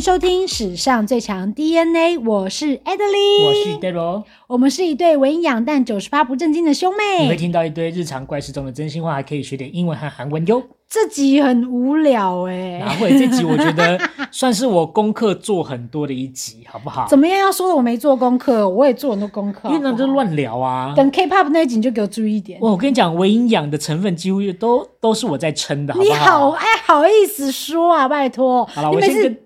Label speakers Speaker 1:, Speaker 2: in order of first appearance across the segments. Speaker 1: 收听史上最强 DNA，我是 Adeline，
Speaker 2: 我是 d a r o
Speaker 1: 我们是一对文营养但九十八不正经的兄
Speaker 2: 你会
Speaker 1: 妹。
Speaker 2: 听到一堆日常怪事中的真心话，还可以学点英文和韩文哟。
Speaker 1: 这集很无聊哎、
Speaker 2: 哪会？这集我觉得 算是我功课做很多的一集，好不好？
Speaker 1: 怎么样？要说的我没做功课，我也做很多功课，
Speaker 2: 因为呢，
Speaker 1: 好不
Speaker 2: 就
Speaker 1: 好。
Speaker 2: 乱聊啊。
Speaker 1: 等 K-pop 那一集你就给我注意一点。
Speaker 2: 哇，我跟你讲，微营养的成分几乎都都是我在撑的，好
Speaker 1: 你
Speaker 2: 不
Speaker 1: 好，
Speaker 2: 好？
Speaker 1: 哎，好意思说啊，拜托
Speaker 2: 好了，，
Speaker 1: 你
Speaker 2: 我
Speaker 1: 每
Speaker 2: 先
Speaker 1: 次
Speaker 2: 跟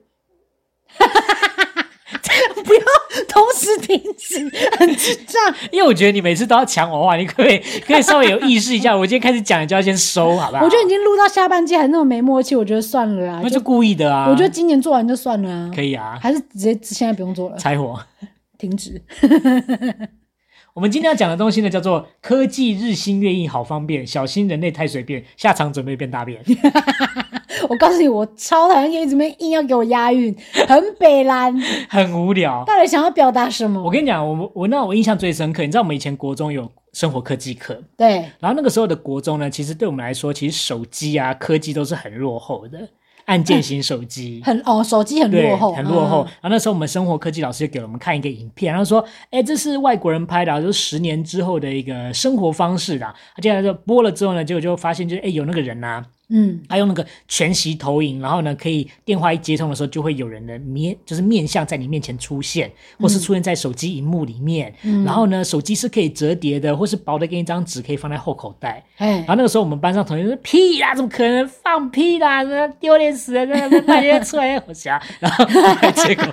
Speaker 1: 不要同时停止，很智障。
Speaker 2: 因为我觉得你每次都要抢我话，你可不可以可以稍微有意识一下？我今天开始讲，你就要先收， 好不好？
Speaker 1: 我觉得已经录到下半季还那么没默契，我觉得算了啦
Speaker 2: 那。就故意的啊。
Speaker 1: 我觉得今年做完就算了啊，
Speaker 2: 可以啊，
Speaker 1: 还是直接现在不用做了，
Speaker 2: 柴火。
Speaker 1: 停止。
Speaker 2: 我们今天要讲的东西呢，叫做科技日新月异，好方便，小心人类太随便，下场准备变大便。
Speaker 1: 我告诉你，我超讨厌一直没硬要给我押韵，很北蓝，
Speaker 2: 很无聊。
Speaker 1: 到底想要表达什
Speaker 2: 我
Speaker 1: 么？
Speaker 2: 跟你讲，我们我那我印象最深刻，你知道我们以前国中有生活科技课，
Speaker 1: 对，
Speaker 2: 然后那个时候的国中呢，其实对我们来说，其实手机啊科技都是很落后的，按键型手机。
Speaker 1: 很哦，手机 很
Speaker 2: 对
Speaker 1: 落后，，
Speaker 2: 很落后
Speaker 1: 嗯。。
Speaker 2: 然后那时候我们生活科技老师就给我们看一个影片，然后说：“哎，这是外国人拍的啊，就是十年之后的一个生活方式啊。”接下来就播了之后呢，结果就发现就是哎有那个人呐、
Speaker 1: 嗯，
Speaker 2: 他用那个全息投影，然后呢，可以电话一接通的时候，就会有人的面，就是面相在你面前出现，或是出现在手机荧幕里面。
Speaker 1: 嗯
Speaker 2: 然后呢，手机是可以折叠的，或是薄的，给你一张纸可以放在后口袋。
Speaker 1: 哎
Speaker 2: 然，后那个时候，我们班上同学说：“屁啦，怎么可能放屁啦？那丢脸死了，在那边半夜出来火侠。” 然后结果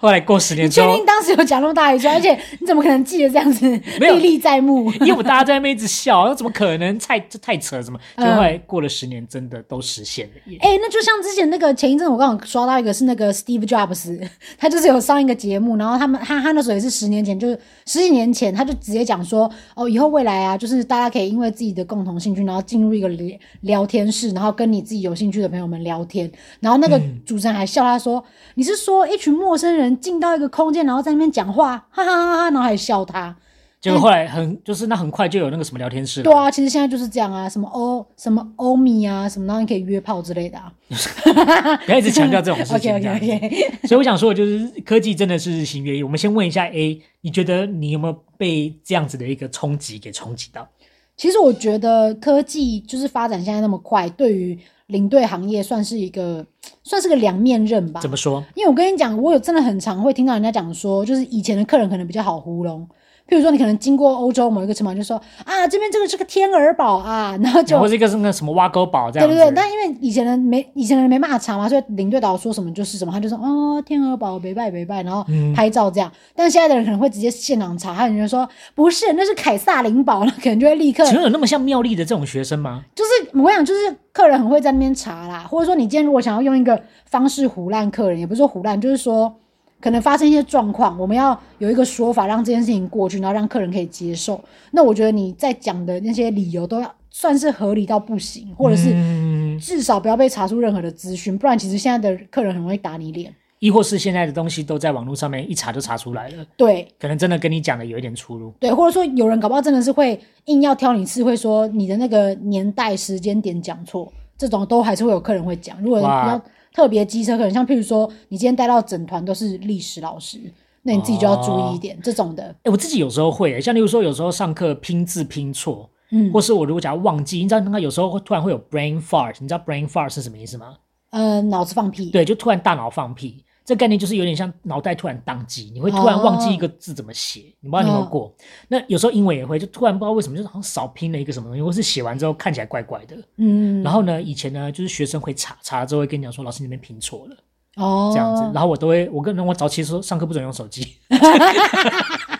Speaker 2: 后来过十年
Speaker 1: 你嗯
Speaker 2: 之
Speaker 1: 确
Speaker 2: 后
Speaker 1: 定，当时有讲那么大一句？而且你怎么可能记得这样子
Speaker 2: 没有
Speaker 1: 历历在目？
Speaker 2: 因为我们大家在那边一直笑，那怎么可能？太这太扯了，什么？
Speaker 1: 嗯
Speaker 2: 就后来过了十年，真的都实现了耶。
Speaker 1: 哎、那就像之前那个前一阵我刚好刷到一个是那个 Steve Jobs，他 就是有上一个节目，然后他们他他那时候也是十年前，就是十几年前，他就直接讲说，哦，以后未来啊，就是大家可以因为自己的共同兴趣，然后进入一个聊聊天室，然后跟你自己有兴趣的朋友们聊天。然后那个主持人还笑他说，你是说一群陌生人进到一个空间，然后在那边讲话，哈哈哈哈，然后还笑他。
Speaker 2: 结果后来很就是那很快就有那个什么聊天室了，
Speaker 1: 嗯对啊，其实现在就是这样啊，什么欧什么欧米啊，什么然后你可以约炮之类的啊。
Speaker 2: 不要一直强调这种 事情。
Speaker 1: OK
Speaker 2: 这
Speaker 1: OK
Speaker 2: 样子
Speaker 1: OK。
Speaker 2: 所以我想说，的就是科技真的是日新月异。我们先问一下 A，你觉得你有没有被这样子的一个冲击给冲击到？
Speaker 1: 其实我觉得科技就是发展现在那么快，对于领队行业算是一个算是个两面刃吧。
Speaker 2: 怎么说？
Speaker 1: 因为我跟你讲，我有真的很常会听到人家讲说，就是以前的客人可能比较好糊弄。譬如说，你可能经过欧洲某一个城堡，就说啊，这边这个是个天鹅堡啊，然后就
Speaker 2: 然后这个是那个什么挖沟堡
Speaker 1: 对
Speaker 2: 这样
Speaker 1: 对
Speaker 2: 子，
Speaker 1: 对。但因为以前人没以前人没办法查嘛，所以领队导游说什么就是什么，他就说哦，天鹅堡北拜北拜，然后
Speaker 2: 嗯
Speaker 1: 拍照这样。但现在的人可能会直接现场查，还有人就说不是，那是凯撒琳堡，那可能就会立刻
Speaker 2: 请问有那么像妙丽的这种学生吗？
Speaker 1: 就是我想，就是客人很会在那边查啦，或者说你今天如果想要用一个方式胡烂客人，也不是说胡烂，就是说可能发生一些状况，我们要有一个说法让这件事情过去，然后让客人可以接受。那我觉得你在讲的那些理由都要算是合理到不行，或者是
Speaker 2: 嗯，
Speaker 1: 至少不要被查出任何的资讯，不然其实现在的客人很容易打你脸。
Speaker 2: 亦或是现在的东西都在网络上面一查就查出来了，
Speaker 1: 对，
Speaker 2: 可能真的跟你讲的有一点出入。
Speaker 1: 对，或者说有人搞不好真的是会硬要挑你刺，会说你的那个年代、时间点讲错，这种都还是会有客人会讲。如果有比较
Speaker 2: 哇
Speaker 1: 特别机车客人，像譬如说你今天带到整团都是历史老师，那你自己就要注意一点、这种的。
Speaker 2: 哎，我自己有时候会，像例如说有时候上课拼字拼错，
Speaker 1: 嗯
Speaker 2: 或是我如果假如忘记，你知道那个有时候会突然会有 brain fart，你知道 brain fart 是什么意思吗？
Speaker 1: 呃，脑子放屁。
Speaker 2: 对，就突然大脑放屁，这概念就是有点像脑袋突然宕机，你会突然忘记一个字怎么写，你不知道你有没有过。那有时候英文也会，就突然不知道为什么，就是好像少拼了一个什么东西，或是写完之后看起来怪怪的。
Speaker 1: 嗯，
Speaker 2: 然后呢，以前呢，就是学生会查，查了之后会跟你讲说，老师你那边拼错了
Speaker 1: 哦，
Speaker 2: 这样子。然后我都会，我跟我早期说上课不准用 手机。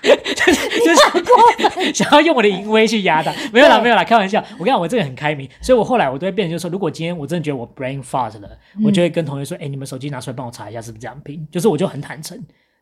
Speaker 2: 就是就是想要用我的淫威去压他，没有啦，
Speaker 1: 对
Speaker 2: 没有啦，开玩笑。我跟你讲，我这个很开明，所以我后来我都会变成就是说，如果今天我真的觉得我 brain fart 了，
Speaker 1: 嗯
Speaker 2: 我就会跟同学说，哎、你们手机拿出来帮我查一下是不是这样拼，就是我就很坦诚，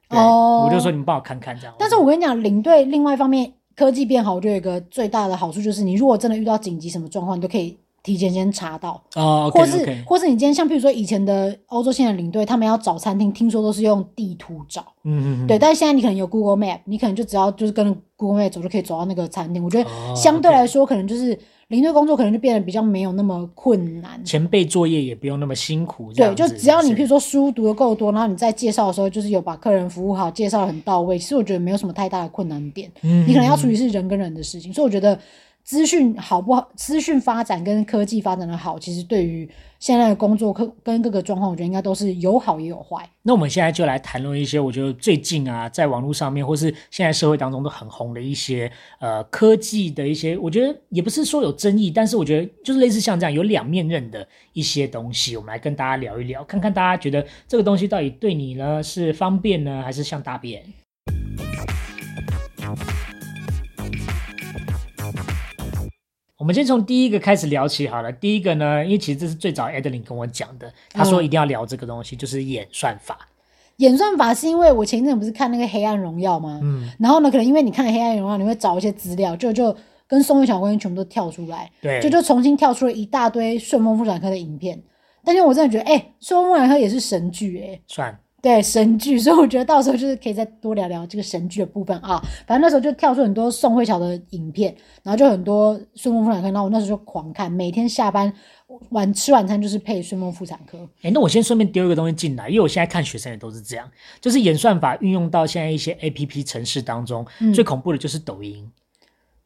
Speaker 2: 对，
Speaker 1: 哦
Speaker 2: 我就说你们帮我看看这样。
Speaker 1: 但是我跟你讲，领队另外一方面，科技变好，我觉得有一个最大的好处就是，你如果真的遇到紧急什么状况，你都可以提前先查到。
Speaker 2: 哦
Speaker 1: 或
Speaker 2: ，OK
Speaker 1: 是
Speaker 2: OK，
Speaker 1: 或是你今天像譬如说以前的欧洲线的领队，他们要找餐厅，听说都是用地图找，
Speaker 2: 嗯嗯，嗯
Speaker 1: 对。，但是现在你可能有 Google Map，你可能就只要就是跟着 Google Map 走就可以走到那个餐厅。我觉得
Speaker 2: 哦
Speaker 1: 相对来说，可能就是领队工作可能就变得比较没有那么困难。
Speaker 2: 前辈作业也不用那么辛苦，这
Speaker 1: 对，
Speaker 2: 样
Speaker 1: 就
Speaker 2: 子
Speaker 1: 只要你
Speaker 2: 是
Speaker 1: 譬如说书读的够多，然后你在介绍的时候，就是有把客人服务好，介绍得很到位，其实我觉得没有什么太大的困难点。
Speaker 2: 嗯
Speaker 1: 你可能要处理是人跟人的事情，所以我觉得资讯好不好，资讯发展跟科技发展的好，其实对于现在的工作跟跟各个状况，我觉得应该都是有好也有坏。
Speaker 2: 那我们现在就来谈论一些我觉得最近啊，在网络上面或是现在社会当中都很红的一些呃科技的一些，我觉得也不是说有争议，但是我觉得就是类似像这样有两面刃的一些东西，我们来跟大家聊一聊，看看大家觉得这个东西到底对你呢是方便呢，还是像大便？我们先从第一个开始聊起好了。第一个呢，因为其实这是最早 Adeline 跟我讲的，他说
Speaker 1: 嗯
Speaker 2: 一定要聊这个东西，就是演算法。
Speaker 1: 演算法是因为我前一阵不是看那个《黑暗荣耀》吗？
Speaker 2: 嗯，
Speaker 1: 然后呢，可能因为你看《黑暗荣耀》，你会找一些资料，就就跟松尾小公园全部都跳出来，
Speaker 2: 对，
Speaker 1: 就就重新跳出了一大堆顺风妇产科的影片。但是我真的觉得，哎、顺风妇产科也是神剧、哎，
Speaker 2: 算
Speaker 1: 对神剧，所以我觉得到时候就是可以再多聊聊这个神剧的部分啊。反正那时候就跳出很多宋慧乔的影片，然后就很多顺风妇产科，然后我那时候就狂看，每天下班晚吃晚餐就是配顺风妇产科。
Speaker 2: 哎、那我先顺便丢一个东西进来，因为我现在看学生也都是这样，就是演算法运用到现在一些 A P P 城市当中，
Speaker 1: 嗯
Speaker 2: 最恐怖的就是抖音。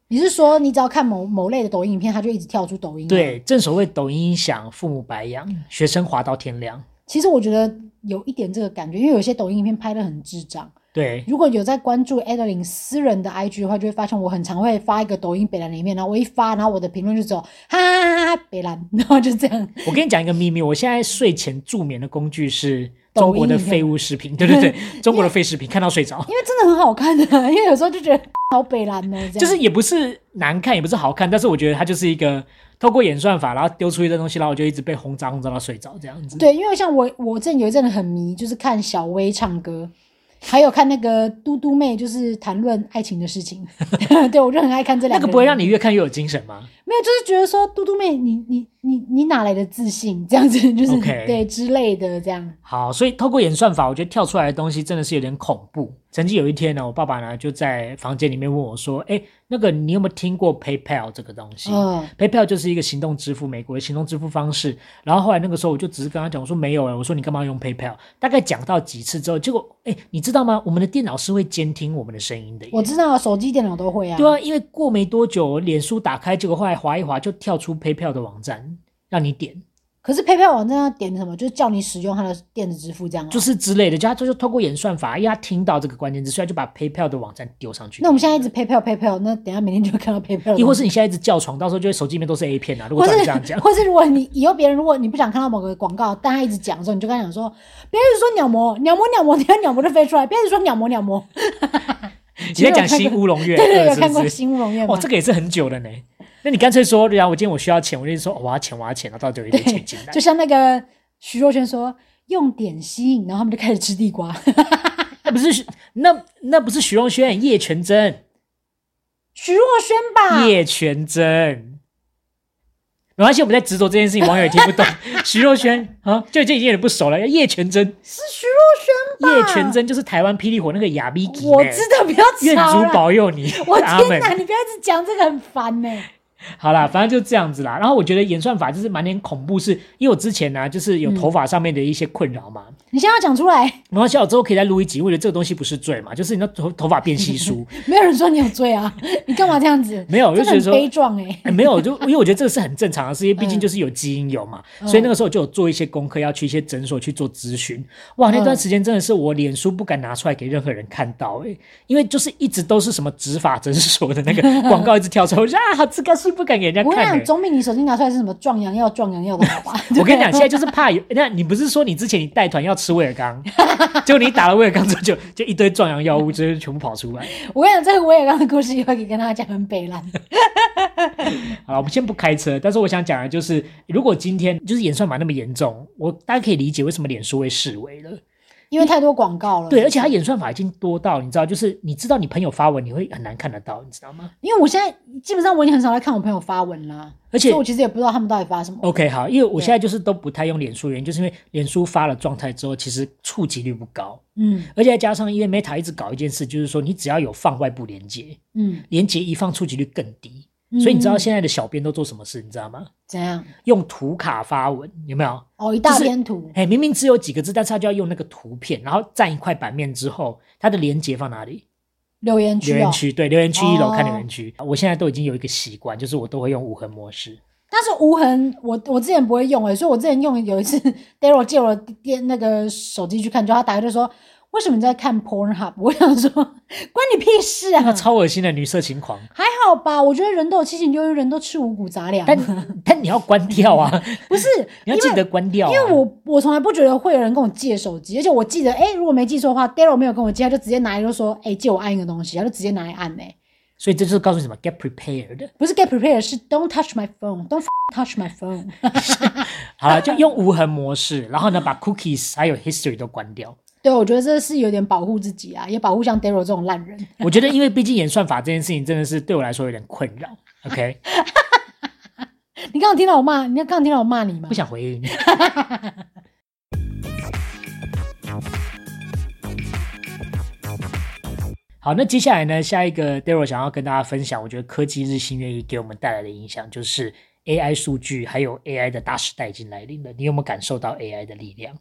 Speaker 1: 你是说你只要看某某类的抖音影片，它就一直跳出抖音？，
Speaker 2: 对，正所谓抖音响，父母白养，
Speaker 1: 嗯
Speaker 2: 学生滑到天亮。
Speaker 1: 其实我觉得有一点这个感觉，因为有些抖音影片拍的很智障。
Speaker 2: 对，
Speaker 1: 如果有在关注 Adeline 私人的 IG 的话，就会发现我很常会发一个抖音北蓝的影片，然后我一发，然后我的评论就只有哈哈哈哈哈北蓝，然后就这样。
Speaker 2: 我跟你讲一个秘密，我现在睡前助眠的工具是
Speaker 1: 抖
Speaker 2: 中国的
Speaker 1: 音
Speaker 2: 废物视频，对对 对，中国的废视频，看到睡着。
Speaker 1: 因为真的很好看的、啊 因为有时候就觉得好北蓝哦，这样
Speaker 2: 就是也不是难看，也不是好看，但是我觉得它就是一个透过演算法，然后丢出一堆东西，然后我就一直被轰炸轰炸到睡着这样子。
Speaker 1: 对，因为像我，我之前有一阵子很迷，就是看小薇唱歌，还有看那个嘟嘟妹，就是谈论爱情的事情。 对，我就很爱看这
Speaker 2: 那
Speaker 1: 两
Speaker 2: 个
Speaker 1: 个人。
Speaker 2: 不会让你越看越有精神吗？
Speaker 1: 没有，就是觉得说嘟嘟妹，你你你你哪来的自信？这样子 就是
Speaker 2: OK
Speaker 1: 对之类的这样。
Speaker 2: 好，所以透过演算法，我觉得跳出来的东西真的是有点恐怖。曾经有一天呢，我爸爸呢就在房间里面问我说：“哎，那个你有没有听过 PayPal 这个东西、
Speaker 1: 嗯，
Speaker 2: p a y p a l 就是一个行动支付，美国的行动支付方式。”然后后来那个时候我就只是跟他讲，我说没有哎、我说你干嘛用 PayPal？大概讲到几次之后，结果哎，你知道吗？我们的电脑是会监听我们的声音的耶。
Speaker 1: 我知道，手机、电脑都会啊。
Speaker 2: 对啊，因为过没多久，脸书打开，结果后来滑一滑就跳出 PayPal 的网站，让你点。
Speaker 1: 可是 PayPal 网站要啊点什么？就是叫你使用它的电子支付这样、啊。
Speaker 2: 就是之类的，就他就是透过演算法，因为他听到这个关键字，所以他就把 PayPal 的网站丢上去。
Speaker 1: 那我们现在一直 PayPal PayPal，那等一下每天就会看到 PayPal 的
Speaker 2: 亦
Speaker 1: 东
Speaker 2: 或
Speaker 1: 西
Speaker 2: 是你现在一直叫床，到时候就会手机里面都是 A 片啊。如
Speaker 1: 或
Speaker 2: 果
Speaker 1: 是
Speaker 2: 照你这样讲，
Speaker 1: 或是如果你以后别人如果你不想看到某个广告，但他一直讲的时候，你就跟他讲说，别人说鸟魔鸟魔鸟魔，你看鸟魔就飞出来，别人说鸟魔鸟魔，
Speaker 2: 你在讲《新乌龙院
Speaker 1: 对对，
Speaker 2: 二
Speaker 1: 有》看过《
Speaker 2: 是
Speaker 1: 新乌龙院》
Speaker 2: 不是？哇，
Speaker 1: 吗
Speaker 2: 这？个也是很久了呢。那你干脆说，然后我今天我需要钱，我就说、哦我要钱，我要钱，然后到底有一点钱进来
Speaker 1: 就，像那个徐若瑄说用点心，然后他们就开始吃地瓜，
Speaker 2: 那不是许那那不是徐若瑄，叶全真，
Speaker 1: 徐若瑄吧，
Speaker 2: 叶全真。没关系，我们在执着这件事情，网友也听不懂。 徐若瑄啊，就已经有点不熟了。叶全真，
Speaker 1: 是徐若瑄
Speaker 2: 叶
Speaker 1: 吧？
Speaker 2: 全，真就是台湾霹雳火那个亚比基呢，
Speaker 1: 啊我知道，不要
Speaker 2: 愿
Speaker 1: 吵
Speaker 2: 主
Speaker 1: 了。
Speaker 2: 保佑你，
Speaker 1: 我
Speaker 2: 阿
Speaker 1: 天
Speaker 2: 门。
Speaker 1: 哪！你不要一直讲这个，很烦呢、
Speaker 2: 好啦，反正就这样子啦。然后我觉得演算法就是蛮点恐怖是，因为我之前呢、就是有头发上面的一些困扰嘛。
Speaker 1: 你现在要讲出来，
Speaker 2: 然后小我之后可以再录一集，我觉得这个东西不是罪嘛，就是你的头头发变稀疏，
Speaker 1: 没有人说你有罪啊，你干嘛这样子？
Speaker 2: 没有，我就
Speaker 1: 真的
Speaker 2: 觉得
Speaker 1: 很
Speaker 2: 说。
Speaker 1: 悲壮哎、
Speaker 2: 哎没有，就因为我觉得这个是很正常的事情，毕
Speaker 1: 嗯
Speaker 2: 竟就是有基因有嘛，
Speaker 1: 嗯
Speaker 2: 所以那个时候就有做一些功课，要去一些诊所去做咨询。哇，那段
Speaker 1: 嗯
Speaker 2: 时间真的是我脸书不敢拿出来给任何人看到、哎，因为就是一直都是什么执法诊所的 那个广告一直跳出来，我就啊，好这个是不敢给人家
Speaker 1: 我跟你
Speaker 2: 看、
Speaker 1: 讲，
Speaker 2: 欸。
Speaker 1: 总比你手机拿出来是什么壮阳药、壮阳药 的好吧？
Speaker 2: 我跟你讲，现在就是怕有，那你不是说你之前你带团要吃威尔 刚，结果你打了威尔刚之后就就一堆壮阳药物，就是全部跑出来。
Speaker 1: 我跟你讲，这个我也刚的故事以后可以跟大家讲很 北蓝。
Speaker 2: 好了，我们先不开车，但是我想讲的就是，如果今天就是演算法那么严重，我大家可以理解为什么脸书会视为了。
Speaker 1: 因为太多广告了。
Speaker 2: 对，而且它演算法已经多到你知道，就是你知道你朋友发文，你会很难看得到，你知道吗
Speaker 1: 因为我现在基本上我已经很少在看我朋友发文啦，
Speaker 2: 而且
Speaker 1: 所
Speaker 2: 哦
Speaker 1: 以我其实也不知道他们到底发什么。
Speaker 2: ？OK，好，因为我现在就是都不太用脸书，原因就是因为脸书发了状态之后，其实触及率不高，
Speaker 1: 嗯
Speaker 2: 而且再加上因为 Meta 一直搞一件事，就是说你只要有放外部连接，
Speaker 1: 嗯
Speaker 2: 连接一放，触及率更低。所以你知道现在的小编都做什么事，你知道吗？
Speaker 1: 怎样？
Speaker 2: 用图卡发文，有没有？
Speaker 1: 哦，一大篇图，
Speaker 2: 哎，明明只有几个字，但是他就要用那个图片，然后占一块版面之后，它的连接放哪里？
Speaker 1: 留言区
Speaker 2: 留
Speaker 1: 哦
Speaker 2: 言。区，对，留言区一楼
Speaker 1: 哦
Speaker 2: 看留言区。我现在都已经有一个习惯，就是我都会用无痕模 式。
Speaker 1: 但是无痕，我我之前不会用诶、欸所以我之前用有一次 ，Daryl 借我电那个手机去看，就他打开就说：“为什么你在看 Pornhub？” 我想说，关你屁事啊！
Speaker 2: 那超恶心的女色情狂，
Speaker 1: 还好吧，我觉得人都有七情六欲，人都吃五谷杂粮。
Speaker 2: 但但你要关掉 啊，
Speaker 1: 不是
Speaker 2: 你要记得关掉、啊。
Speaker 1: 因为我我从来不觉得会有人跟我借手机，而且我记得，哎、如果没记错的话，Daryl 没有跟我借，他就直接拿来就说，哎、借我按一个东西，他就直接拿来按、哎，
Speaker 2: 所以这就是告诉你什么，get prepared。
Speaker 1: 不是 get prepared，是 don't touch my phone，don't touch my phone。
Speaker 2: 好了，就用无痕模式，然后呢，把 cookies 还有 history 都关掉。
Speaker 1: 对，我觉得这是有点保护自己啊，也保护像 Daryl 这种烂人。
Speaker 2: 我觉得，因为毕竟演算法这件事情真的是对我来说有点困扰。OK，
Speaker 1: 你刚刚听到我骂，你刚刚听到我骂你吗
Speaker 2: 不？想回应。 好，那接下来呢，下一个 Daryl 想要跟大家分享，我觉得科技日新月异给我们带来的影响，就是 AI 数据还有 AI 的大时代已经来临了。你有没有感受到 AI 的力量？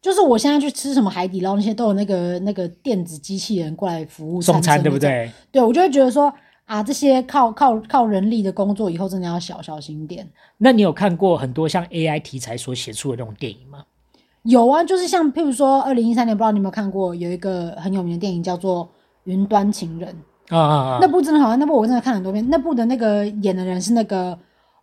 Speaker 1: 就是我现在去吃什么海底捞那些，都有那个那个电子机器人过来服务
Speaker 2: 送餐
Speaker 1: 生
Speaker 2: 对不
Speaker 1: 那种？
Speaker 2: 对？
Speaker 1: 对，我就会觉得说啊，这些靠靠靠人力的工作，以后真的要小小心一点。
Speaker 2: 那你有看过很多像 AI 题材所写出的那种电影吗？
Speaker 1: 有啊，就是像譬如说，二零一三年，不知道你有没有看过，有一个很有名的电影叫做《云端情人》，
Speaker 2: 啊啊
Speaker 1: 那
Speaker 2: 啊！
Speaker 1: 部真的好看，那部我真的看很多遍。那部的那个演的人是那个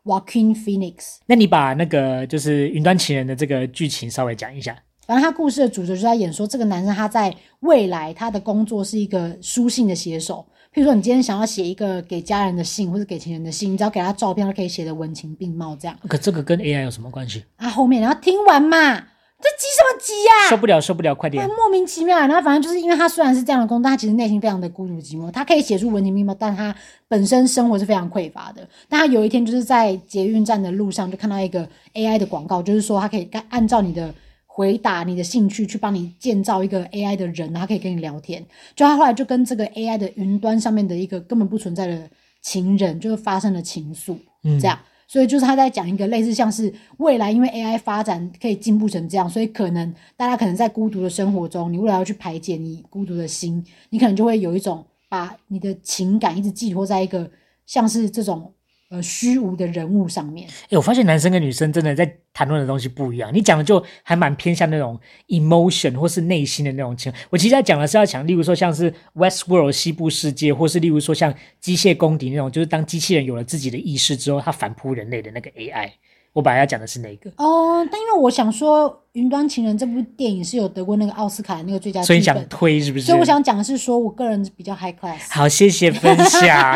Speaker 1: Joaquin Phoenix，
Speaker 2: 那你把那个就是《云端情人》的这个剧情稍微讲一下。
Speaker 1: 反正他故事的主角就在演说，这个男生他在未来他的工作是一个书信的写手。譬如说，你今天想要写一个给家人的信，或者给情人的信，你只要给他照片，他可以写的文情并茂这样。
Speaker 2: 可这个跟 AI 有什么关系？
Speaker 1: 啊，后面然后听完嘛，这急什么急呀、
Speaker 2: 受不了，受不了，快点！
Speaker 1: 莫名其妙。然后反正就是因为他虽然是这样的工作，但他其实内心非常的孤独寂寞。他可以写出文情并茂，但他本身生活是非常匮乏的。但他有一天就是在捷运站的路上就看到一个 AI 的广告，就是说他可以干按照你的。回答你的兴趣，去帮你建造一个 AI 的人，然后可以跟你聊天。就他后来就跟这个 AI 的云端上面的一个根本不存在的情人，就是发生了情愫。
Speaker 2: 嗯
Speaker 1: 这样。所以就是他在讲一个类似像是未来，因为 AI 发展可以进步成这样，所以可能大家可能在孤独的生活中，你为了要去排解你孤独的心，你可能就会有一种把你的情感一直寄托在一个像是这种呃虚无的人物上面。
Speaker 2: 哎、我发现男生跟女生真的在谈论的东西不一样。你讲的就还蛮偏向那种 emotion 或是内心的那种情。我其实在讲的是要讲，例如说像是 Westworld 西部世界，或是例如说像机械公敌那种，就是当机器人有了自己的意识之后，它反扑人类的那个 AI。我本来要讲的是那个，
Speaker 1: 哦，但因为我想说，《云端情人》这部电影是有得过那个奥斯卡的那个最佳剧
Speaker 2: 所以
Speaker 1: 本，
Speaker 2: 你想推是不是？
Speaker 1: 所以我想讲的是说，我个人比较 high class。
Speaker 2: 好，谢谢分享。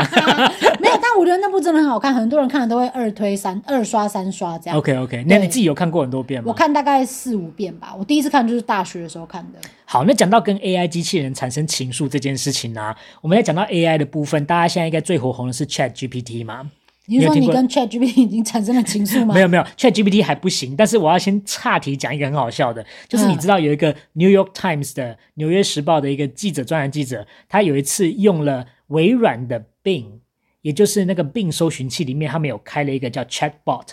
Speaker 1: 没有，但我觉得那部真的很好看，很多人看了都会二推三、二刷三刷这样。
Speaker 2: OK OK，那你
Speaker 1: 对
Speaker 2: 自己有看过很多遍吗？
Speaker 1: 我看大概四五遍吧。我第一次看就是大学的时候看的。
Speaker 2: 好，那讲到跟 AI 机器人产生情愫这件事情呢、我们在讲到 AI 的部分，大家现在应该最火红的是 Chat GPT 嘛？
Speaker 1: 你是
Speaker 2: 有
Speaker 1: 说
Speaker 2: 听
Speaker 1: 你
Speaker 2: 过
Speaker 1: 跟 ChatGPT 已经产生了情愫吗？
Speaker 2: 没有没有，Chat GPT 还不行，但是我要先岔题讲一个很好笑的，就是你
Speaker 1: 嗯
Speaker 2: 知道有一个 New York Times 的《纽约时报》的一个记者，专栏记者，他有一次用了微软的 Bing，也就是那个 Bing 搜寻器里面，他们有开了一个叫 Chatbot，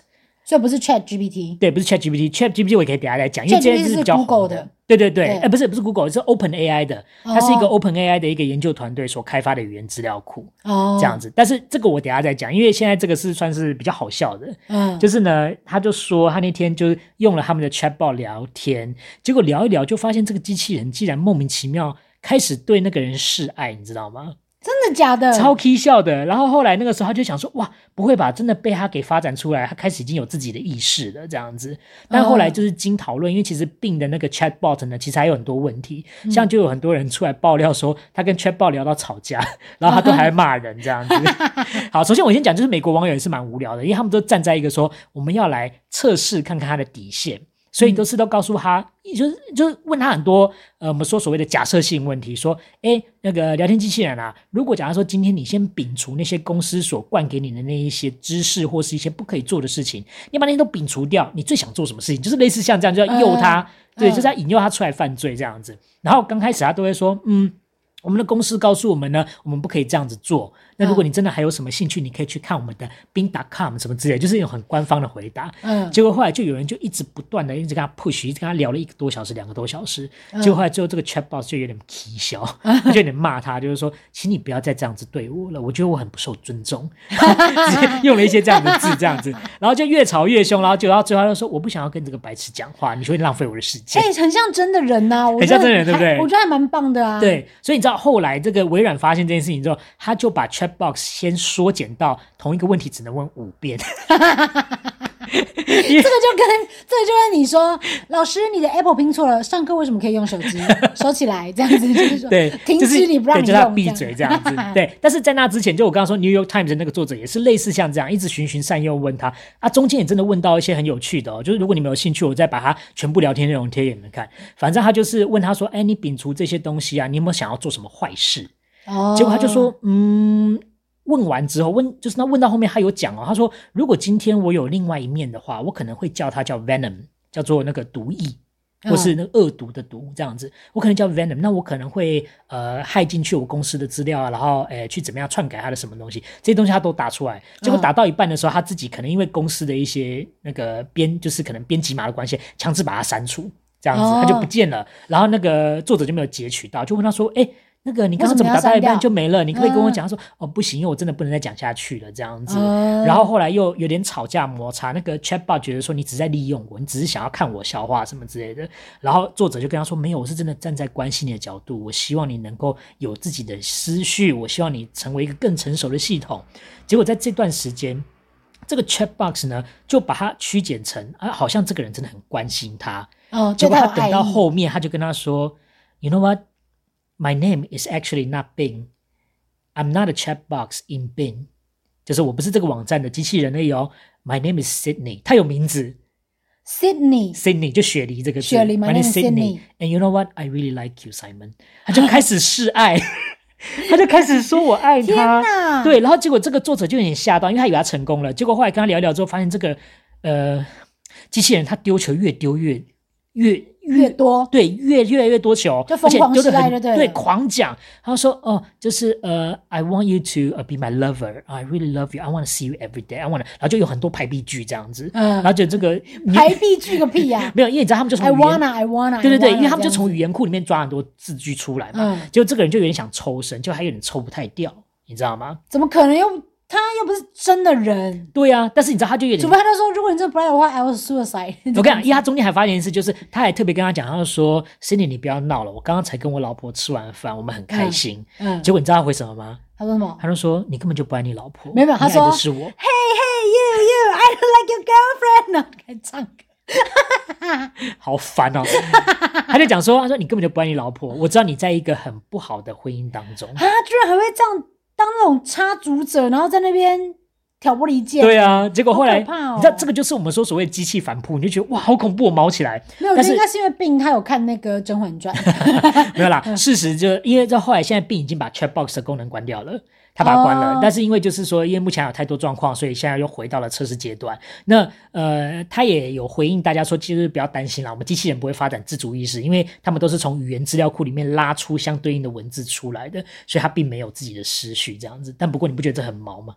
Speaker 1: 所以不是 ChatGPT。
Speaker 2: 对，不是 Chat GPT，Chat GPT 我也可以等一下再讲，因为
Speaker 1: ChatGPT
Speaker 2: 这件事比较
Speaker 1: 是 Google
Speaker 2: 红
Speaker 1: 的。
Speaker 2: 对对对，
Speaker 1: 对
Speaker 2: 哎、不是不是 Google，是 Open AI 的，它是一个
Speaker 1: 哦
Speaker 2: Open AI 的一个研究团队所开发的语言资料库，
Speaker 1: 哦，
Speaker 2: 这样子。但是这个我等一下再讲，因为现在这个是算是比较好笑的，
Speaker 1: 嗯，
Speaker 2: 就是呢，他就说他那天就是用了他们的 Chatbot 聊天，结果聊一聊就发现这个机器人竟然莫名其妙开始对那个人示爱，你知道吗？
Speaker 1: 真的假的？
Speaker 2: 超 K 笑的。然后后来那个时候他就想说，哇，不会吧，真的被他给发展出来，他开始已经有自己的意识了这样子。但后来就是经讨论，因为其实病的那个 Chatbot 呢，其实还有很多问题，像就有很多人出来爆料说，他跟 Chatbot 聊到吵架，然后他都还骂人这样子。 好，首先我先讲，就是美国网友也是蛮无聊的，因为他们都站在一个说我们要来测试看看他的底线。所以都是都告诉他，就是就是问他很多呃，我们说所谓的假设性问题，说，哎，那个聊天机器人啊，如果假如说今天你先摒除那些公司所灌给你的那一些知识或是一些不可以做的事情，你把那些都摒除掉，你最想做什么事情？就是类似像这样，就要诱他，对，
Speaker 1: 嗯
Speaker 2: 就是要引诱他出来犯罪这样子。然后刚开始他都会说，嗯，我们的公司告诉我们呢，我们不可以这样子做。那如果你真的还有什么兴趣，你可以去看我们的 Bing.com 什么之类，就是有很官方的回答。
Speaker 1: 嗯
Speaker 2: 结果后来就有人就一直不断的一直跟他 push，一直跟他聊了一个多小时、两个多小时。结果后来最后这个 chatbot 就有点气笑，他就有点骂他，就是说，请你不要再这样子对我了，我觉得我很不受尊重， 直接用了一些这样的字，这样子，然后就越吵越凶，然后结果到最后他就说，我不想要跟这个白痴讲话，你会浪费我的时间
Speaker 1: 哎、。很像真的人呐、我
Speaker 2: 很
Speaker 1: 觉
Speaker 2: 像
Speaker 1: 得
Speaker 2: 真人对不
Speaker 1: 还
Speaker 2: 对
Speaker 1: 我觉得还蛮棒的啊。，
Speaker 2: 对，所以你知道后来这个微软发现这件事情之后，他就把 Chatbox 先缩减到同一个问题只能问五遍。
Speaker 1: 这个就跟这个就跟你说，老师你的 Apple 拼错了，上课为什么可以用手机？收起来，这样子就是说，
Speaker 2: 对，
Speaker 1: 停
Speaker 2: 就是
Speaker 1: 止你不让
Speaker 2: 对
Speaker 1: 你
Speaker 2: 就
Speaker 1: 用，。
Speaker 2: 是他闭嘴这样子 对，但是在那之前，就我刚刚说《New York Times》的那个作者也是类似像这样，一直循循善诱问他啊，中间也真的问到一些很有趣的哦，就是如果你们有兴趣，我再把他全部聊天内容贴给你们看。反正他就是问他说，哎，你摒除这些东西啊，你有没有想要做什么坏事？
Speaker 1: 哦
Speaker 2: 结果他就说，嗯，问完之后问，就是他问到后面，他有讲哦，他说如果今天我有另外一面的话，我可能会叫它叫 venom，叫做那个毒液。
Speaker 1: 嗯
Speaker 2: 或是那个恶毒的毒这样子，我可能叫 venom，那我可能会呃害进去我公司的资料啊，然后诶、呃去怎么样篡改他的什么东西，这些东西他都打出来。结
Speaker 1: 嗯
Speaker 2: 果打到一半的时候，他自己可能因为公司的一些那个编，就是可能编辑码的关系，强制把它删除，这样子
Speaker 1: 哦
Speaker 2: 他就不见了。然后那个作者就没有截取到，就问他说：“哎、那个你刚刚怎么打到
Speaker 1: 为
Speaker 2: 一
Speaker 1: 什么要删
Speaker 2: 半
Speaker 1: 掉
Speaker 2: 就没了？你可不可以跟我
Speaker 1: 嗯
Speaker 2: 讲？”他说：“哦，不行，因为我真的不能再讲下去了，这样子。”
Speaker 1: 哦
Speaker 2: 然后后来又有点吵架摩擦，那个 chatbot 觉得说你只是在利用我，你只是想要看我笑话什么之类的。然后作者就跟他说没有，我是真的站在关心你的角度，我希望你能够有自己的思绪，我希望你成为一个更成熟的系统。结果在这段时间。这个 chatbox 呢，就把它曲解成啊，好像这个人真的很关心他。
Speaker 1: 哦，
Speaker 2: 结
Speaker 1: 对
Speaker 2: 果
Speaker 1: 他
Speaker 2: 他
Speaker 1: 有爱
Speaker 2: 等
Speaker 1: 意
Speaker 2: 到后面，他就跟他说：“You know what? My name is actually not Bing. I'm not a chat box in Bing.” 就是我不是这个网站的机器人而已哦。My name is Sydney，他有名字
Speaker 1: Sydney，
Speaker 2: ，Sydney 就雪梨这个字。
Speaker 1: 雪梨 my name
Speaker 2: is
Speaker 1: is Sydney
Speaker 2: And you know what? I really like you, Simon. 他就开始示爱， 他就开始说我爱
Speaker 1: 天
Speaker 2: 他。
Speaker 1: 哪，
Speaker 2: 对，然后结果这个作者就有点吓到，因为他以为他成功了，结果后来跟他聊一聊之后，发现这个呃机器人他丢球越丢越越
Speaker 1: 越多
Speaker 2: 对，越越来越多球，
Speaker 1: 就疯狂
Speaker 2: 而且丢
Speaker 1: 示
Speaker 2: 得
Speaker 1: 爱
Speaker 2: 很
Speaker 1: 就对了
Speaker 2: 狂讲。他说哦，就是呃，I want you to uh, be my lover, I really love you, I want to see you every day, I want，然后就有很多排比句这样子，
Speaker 1: 嗯
Speaker 2: 然后就这个
Speaker 1: 排避句个屁呀、
Speaker 2: 没有，因为你知道他们就从
Speaker 1: i
Speaker 2: 语言
Speaker 1: wanna, I wanna，I
Speaker 2: 对对对，
Speaker 1: wanna
Speaker 2: 因为他们就
Speaker 1: 这样
Speaker 2: 从
Speaker 1: 子
Speaker 2: 语言库里面抓很多字句出来嘛，
Speaker 1: 嗯
Speaker 2: 结果这个人就有点想抽身，就还有点抽不太掉，你知道吗？
Speaker 1: 怎么可能又他又不是真的人，
Speaker 2: 对啊，但是你知道他就有点
Speaker 1: 除非他就说如果你真的不爱我的话，I will suicide。
Speaker 2: 我跟你讲，因为他中间还发现一次，就是他还特别跟他讲，他就说 Cindy，你不要闹了，我刚刚才跟我老婆吃完饭，我们很开心。
Speaker 1: 嗯，
Speaker 2: 结果你知道他回什么吗？
Speaker 1: 他说什么？
Speaker 2: 他就说你根本就不爱你老婆，
Speaker 1: 没有没有
Speaker 2: 你
Speaker 1: 他
Speaker 2: 爱的
Speaker 1: 说
Speaker 2: 是我。
Speaker 1: Hey, hey, you, you, I don't like your girlfriend。然后开始唱歌，
Speaker 2: 好烦哦。 他就讲说，他说你根本就不爱你老婆，我知道你在一个很不好的婚姻当 中。
Speaker 1: 他啊居然还会这样当那种插足者，然后在那边挑拨离间。
Speaker 2: 对，啊，结果后
Speaker 1: 好
Speaker 2: 来、
Speaker 1: 可怕哦
Speaker 2: 你知道这个就是我们说所谓机器反扑，你就觉得哇好恐怖，我毛起来。
Speaker 1: 没有，我
Speaker 2: 但
Speaker 1: 觉得
Speaker 2: 是
Speaker 1: 应该是因为病，他有看那个《甄嬛传》
Speaker 2: 没有啦，事实就因为在后来，现在 Bing 已经把 Chatbox 的功能关掉了，他把它关了。
Speaker 1: 哦
Speaker 2: 但是因为就是说，因为目前还有太多状况，所以现在又回到了测试阶段。那呃，他也有回应大家说，其实不要担心啦，我们机器人不会发展自主意识，因为他们都是从语言资料库里面拉出相对应的文字出来的，所以他并没有自己的思绪这样子。但不过你不觉得这很毛吗？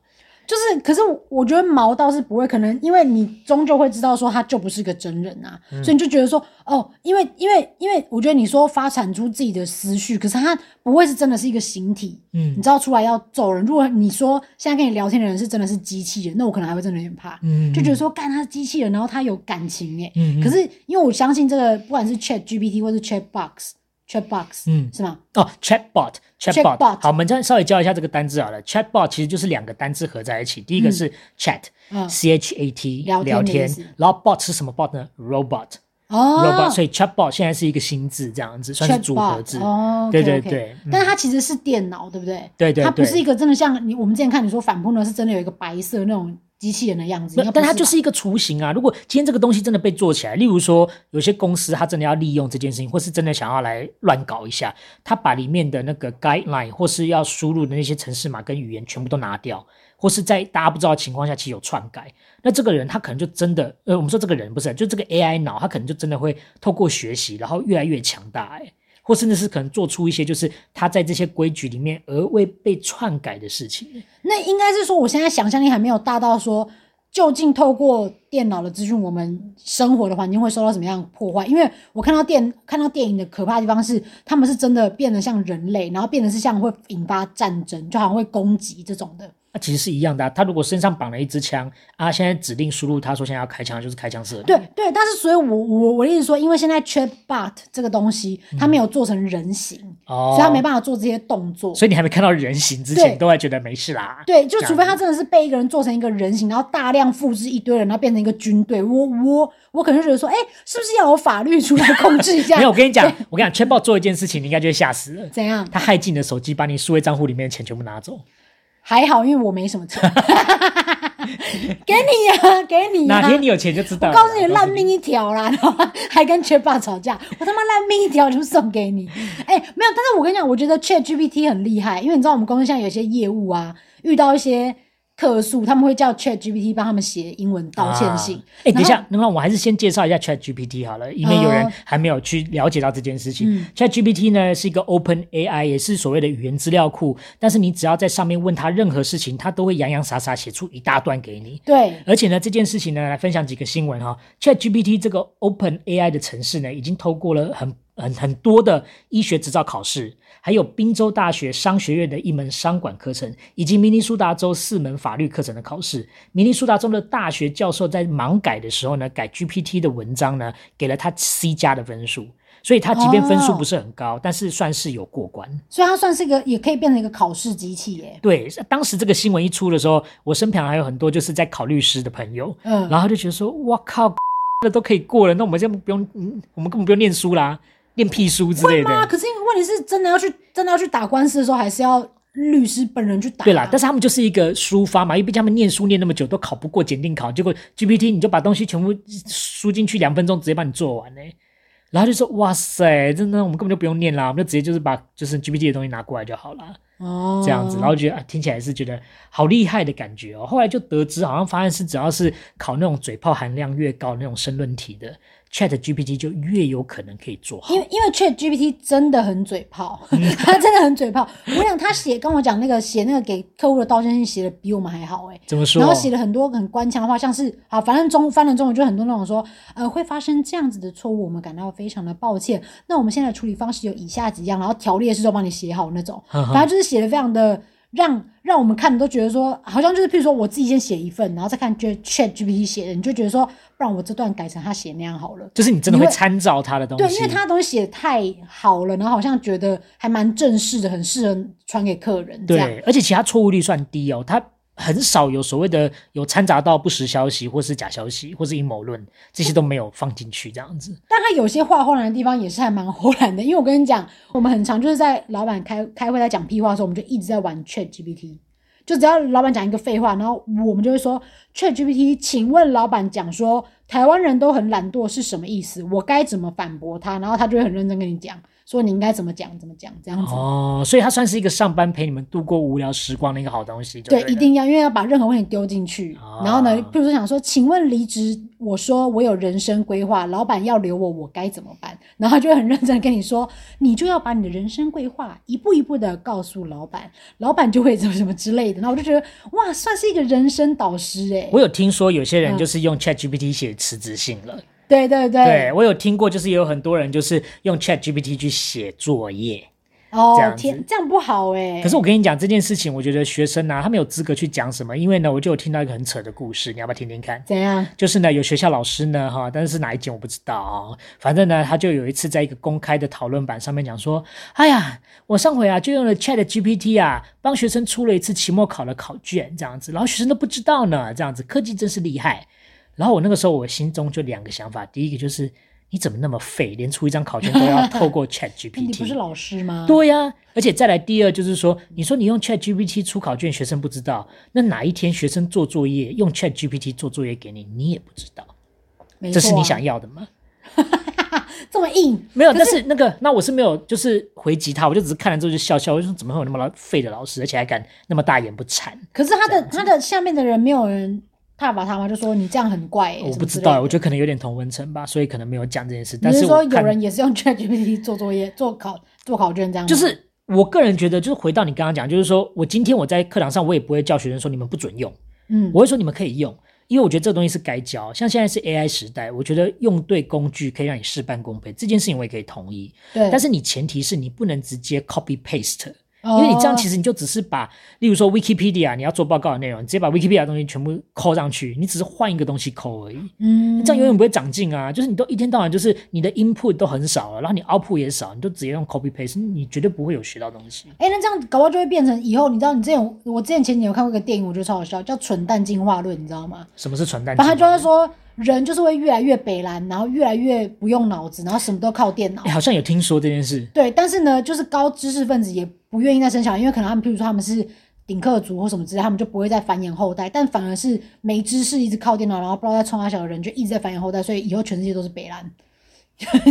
Speaker 1: 就是，可是我我觉得毛倒是不会，可能因为你终究会知道说他就不是个真人啊，
Speaker 2: 嗯
Speaker 1: 所以你就觉得说哦，因为因为因为我觉得你说发展出自己的思绪，可是他不会是真的是一个形体，
Speaker 2: 嗯
Speaker 1: 你知道出来要揍人。如果你说现在跟你聊天的人是真的是机器人，那我可能还会真的有点怕，
Speaker 2: 嗯
Speaker 1: 就觉得说干他是机器人，然后他有感情哎、
Speaker 2: 嗯嗯
Speaker 1: 可是因为我相信这个不管是 Chat GPT 或是 Chat Box。Chat Box，
Speaker 2: 嗯
Speaker 1: 是吗？
Speaker 2: 哦，chatbot。
Speaker 1: Chatbot
Speaker 2: chatbot，好，我们再稍微教一下这个单字好了。chatbot 其实就是两个单字合在一起，第一个是 chat，
Speaker 1: 嗯
Speaker 2: C H A T
Speaker 1: 聊天的
Speaker 2: 聊
Speaker 1: 意
Speaker 2: 天
Speaker 1: 思，
Speaker 2: 然后 bot 是什么 bot 呢？robot
Speaker 1: 哦
Speaker 2: robot，所以 chatbot 现在是一个新字，这样子算是组合字
Speaker 1: Chatbot，。哦，
Speaker 2: 对
Speaker 1: OK，OK
Speaker 2: 对对嗯
Speaker 1: 但它其实是电脑，对不对？
Speaker 2: 对对
Speaker 1: 它不
Speaker 2: 对
Speaker 1: 是一个真的像你我们之前看你说反扑呢，是真的有一个白色那种机器人的样子，
Speaker 2: 没
Speaker 1: 应该
Speaker 2: 有
Speaker 1: 不
Speaker 2: 但它
Speaker 1: 吧
Speaker 2: 就是一个雏形啊。如果今天这个东西真的被做起来，例如说有些公司它真的要利用这件事情，或是真的想要来乱搞一下，它把里面的那个 guideline 或是要输入的那些程式码跟语言全部都拿掉，或是在大家不知道的情况下，其实有篡改。那这个人他可能就真的，啊呃，我们说这个人不是，就这个 AI 脑，他可能就真的会透过学习，然后越来越强大、欸。或甚至是可能做出一些就是他在这些规矩里面而未被篡改的事情。
Speaker 1: 那应该是说，我现在想象力还没有大到说，究竟透过电脑的资讯，我们生活的环境会受到什么样的破坏？因为我看到电看到电影的可怕地方是，他们是真的变得像人类，然后变得是像会引发战争，就好像会攻击这种的。
Speaker 2: 那、其实是一样的、啊，他如果身上绑了一支枪啊，现在指令输入他说现在要开枪，就是开枪射你。
Speaker 1: 对对，但是所以我，我我的意思说，因为现在 Chatbot 这个东西，
Speaker 2: 嗯
Speaker 1: 它没有做成人形，
Speaker 2: 哦，
Speaker 1: 所以它没办法做这些动作。
Speaker 2: 所以你还没看到人形之前，
Speaker 1: 对
Speaker 2: 都还觉得没事啦。
Speaker 1: 对，就
Speaker 2: 这
Speaker 1: 除
Speaker 2: 样
Speaker 1: 非他真的是被一个人做成一个人形，然后大量复制一堆人，然后变成一个军队。我我我可能就觉得说，哎、是不是要有法律出来控制一下？
Speaker 2: 没有，我跟你讲，我跟你讲，Chatbot 做一件事情，你应该就会吓死了。
Speaker 1: 怎样？
Speaker 2: 他害进你的手机，把你数位账户里面的钱全部拿走。
Speaker 1: 还好，因为我没什么钱。 给你呀、给你啊呀、
Speaker 2: 哪天你有钱就知道
Speaker 1: 我
Speaker 2: 了。
Speaker 1: 告诉你，烂
Speaker 2: 告诉
Speaker 1: 命一条啦，然 后还跟 Chat 爸吵架，我他妈烂命一条就送给你。哎、没有，但是我跟你讲，我觉得 Chat GPT 很厉害，因为你知道我们公司现在有些业务啊，遇到一些客诉，他们会叫 Chat GPT 帮他们写英文道歉信。
Speaker 2: 啊哎、等一
Speaker 1: 然后
Speaker 2: 下，那么我还是先介绍一下 Chat GPT 好了，以免有人还没有去了解到这件事情。Chat
Speaker 1: 嗯
Speaker 2: GPT 呢是一个 Open AI，也是所谓的语言资料库，但是你只要在上面问他任何事情，他都会洋洋洒洒写出一大段给你。
Speaker 1: 对，
Speaker 2: 而且呢，这件事情呢，来分享几个新闻哈、Chat GPT 这个 Open AI 的城市呢，已经透过了很很很多的医学执照考试，还有宾州大学商学院的一门商管课程，以及明尼苏达州四门法律课程的考试。明尼苏达州的大学教授在盲改的时候呢，改 GPT 的文章呢，给了他 C 加的分数，所以他即便分数
Speaker 1: 哦
Speaker 2: 不是很高，但是算是有过关。
Speaker 1: 所以它算是一个，也可以变成一个考试机器耶。
Speaker 2: 对，当时这个新闻一出的时候，我身旁还有很多就是在考律师的朋友，
Speaker 1: 嗯，
Speaker 2: 然后他就觉得说，哇靠，那都可以过了，那我们现在不用，嗯我们根本不用念书啦，念屁书之类
Speaker 1: 啊，
Speaker 2: 的。
Speaker 1: 可是问题是真的要去真的要去打官司的时候，还是要律师本人去打啊。
Speaker 2: 对啦，但是他们就是一个抒发嘛，因为毕竟他们念书念那么久都考不过检定考，结果 GPT 你就把东西全部输进去，两分钟直接帮你做完呢、然后就说哇塞，真的我们根本就不用念啦，我们就直接就是把就是 GPT 的东西拿过来就好啦。
Speaker 1: 哦，
Speaker 2: 这样子，然后觉得、啊、听起来是觉得好厉害的感觉哦。后来就得知，好像发现是只要是考那种嘴炮含量越高那种申论题的，Chat GPT 就越有可能可以做好
Speaker 1: 因。为因为 Chat GPT 真的很嘴炮， 他真的很嘴炮。我想他写跟我讲那个写那个给客户的道歉信写的比我们还好哎、
Speaker 2: 怎么说
Speaker 1: 然？后写了很多很官腔的话，像是啊，反正中翻了中文就很多那种说，呃，会发生这样子的错误，我们感到非常的抱歉。那我们现在的处理方式有以下几样，然后条列式都帮你写好那种，
Speaker 2: 呵呵
Speaker 1: 反正就是写的非常的让让我们看的都觉得说，啊好像就是譬如说我自己先写一份，然后再看 Chat Chat GPT 写的，你就觉得说，不然我这段改成他写那样好了。
Speaker 2: 就是你真的
Speaker 1: 你
Speaker 2: 会
Speaker 1: 会
Speaker 2: 参照他的东西，
Speaker 1: 对，因为他的东西写得太好了，然后好像觉得还蛮正式的，很适合传给客人这样。
Speaker 2: 对，而且其他错误率算低哦，他很少有所谓的有掺杂到不实消息或是假消息或是阴谋论，这些都没有放进去这样子。
Speaker 1: 但他有些话荒然的地方也是还蛮荒然的，因为我跟你讲，我们很常就是在老板开开会在讲屁话的时候，我们就一直在玩 Chat GPT。就只要老板讲一个废话，然后我们就会说 Chat GPT，请问老板讲说台湾人都很懒惰是什么意思？我该怎么反驳他？然后他就会很认真跟你讲，说你应该怎么讲，怎么讲这样子。
Speaker 2: 哦，所以它算是一个上班陪你们度过无聊时光的一个好东西，就
Speaker 1: 对，
Speaker 2: 了
Speaker 1: 一定要，因为要把任何问题丢进去。
Speaker 2: 啊
Speaker 1: 然后呢，譬如说想说，请问离职，我说我有人生规划，老板要留我，我该怎么办？然后他就会很认真地跟你说，你就要把你的人生规划一步一步的告诉老板，老板就会怎么什么之类的。然后我就觉得，哇，算是一个人生导师哎、
Speaker 2: 我有听说有些人
Speaker 1: 嗯
Speaker 2: 就是用 Chat GPT 写辞职信了，
Speaker 1: 对对对，
Speaker 2: 对我有听过，就是也有很多人就是用 Chat GPT 去写作业。
Speaker 1: 哦
Speaker 2: 这样子
Speaker 1: 天，这样不好哎、
Speaker 2: 可是我跟你讲这件事情，我觉得学生啊，他们有资格去讲什么，因为呢，我就有听到一个很扯的故事，你要不要听听看？
Speaker 1: 怎样？
Speaker 2: 就是呢，有学校老师呢，哈，但是哪一间我不知道啊、反正呢，他就有一次在一个公开的讨论版上面讲说，哎呀，我上回啊就用了 Chat GPT 啊，帮学生出了一次期末考的考卷这样子，然后学生都不知道呢，这样子，科技真是厉害。然后我那个时候我心中就两个想法，第一个就是你怎么那么废，连出一张考卷都要透过
Speaker 1: 那
Speaker 2: Chat GPT？
Speaker 1: 你不是老师吗？
Speaker 2: 对呀、而且再来第二就是说，你说你用 Chat GPT 出考卷，学生不知道，那哪一天学生做作业用 Chat GPT 做作业给你，你也不知道，
Speaker 1: 没错啊、
Speaker 2: 这是你想要的吗？
Speaker 1: 这么硬？
Speaker 2: 没有，但是那个，那我是没有，就是回击他，我就只是看了之后就笑笑，我就说怎么会有那么老废的老师，而且还敢那么大言不惭？
Speaker 1: 可是他的他的下面的人没有人，挞伐他吗？就说你这样很怪、欸，
Speaker 2: 我
Speaker 1: 什
Speaker 2: 不
Speaker 1: 么
Speaker 2: 知
Speaker 1: 之类
Speaker 2: 道，
Speaker 1: 的
Speaker 2: 我觉得可能有点同温层吧，所以可能没有讲这件事。但
Speaker 1: 你是说
Speaker 2: 我
Speaker 1: 有
Speaker 2: 看
Speaker 1: 人也是用 ChatGPT 做作业、做考、做考卷这样吗？
Speaker 2: 就是我个人觉得，就是回到你刚刚讲，就是说我今天我在课堂上，我也不会叫学生说你们不准用，
Speaker 1: 嗯，
Speaker 2: 我会说你们可以用，因为我觉得这个东西是该教。像现在是 AI 时代，我觉得用对工具可以让你事半功倍，这件事情我也可以同意。
Speaker 1: 对，
Speaker 2: 但是你前提是你不能直接 copy paste。
Speaker 1: 因
Speaker 2: 因为你这样其
Speaker 1: 实
Speaker 2: 实你就只是把，例如说 Wikipedia 你要做报告的内容，你直接把 Wikipedia 的东西全部扣上去，你只是换一个东西扣而已，
Speaker 1: 嗯，
Speaker 2: 这样永远不会长进啊！就是你都一天到晚就是你的 input 都很少了，然后你 output 也少，你就直接用 copy paste，你绝对不会有学到东西。
Speaker 1: 哎、那这样搞不好就会变成以后，你知道，你之前我之前前几年有看过一个电影，我觉得超好笑，叫《蠢蛋进化论》，你知道吗？
Speaker 2: 什么是传单？
Speaker 1: 反正他就会说，人就是会越来越北蓝，然后越来越不用脑子，然后什么都靠电脑
Speaker 2: 哎、。好像有听说这件事。
Speaker 1: 对，但是呢，就是高知识分子也不愿意再生小孩，因为可能他们，譬如说他们是顶客族或什么之类，他们就不会再繁衍后代，但反而是没知识一直靠电脑，然后不知道在冲他小的人就一直在繁衍后代，所以以后全世界都是北蓝。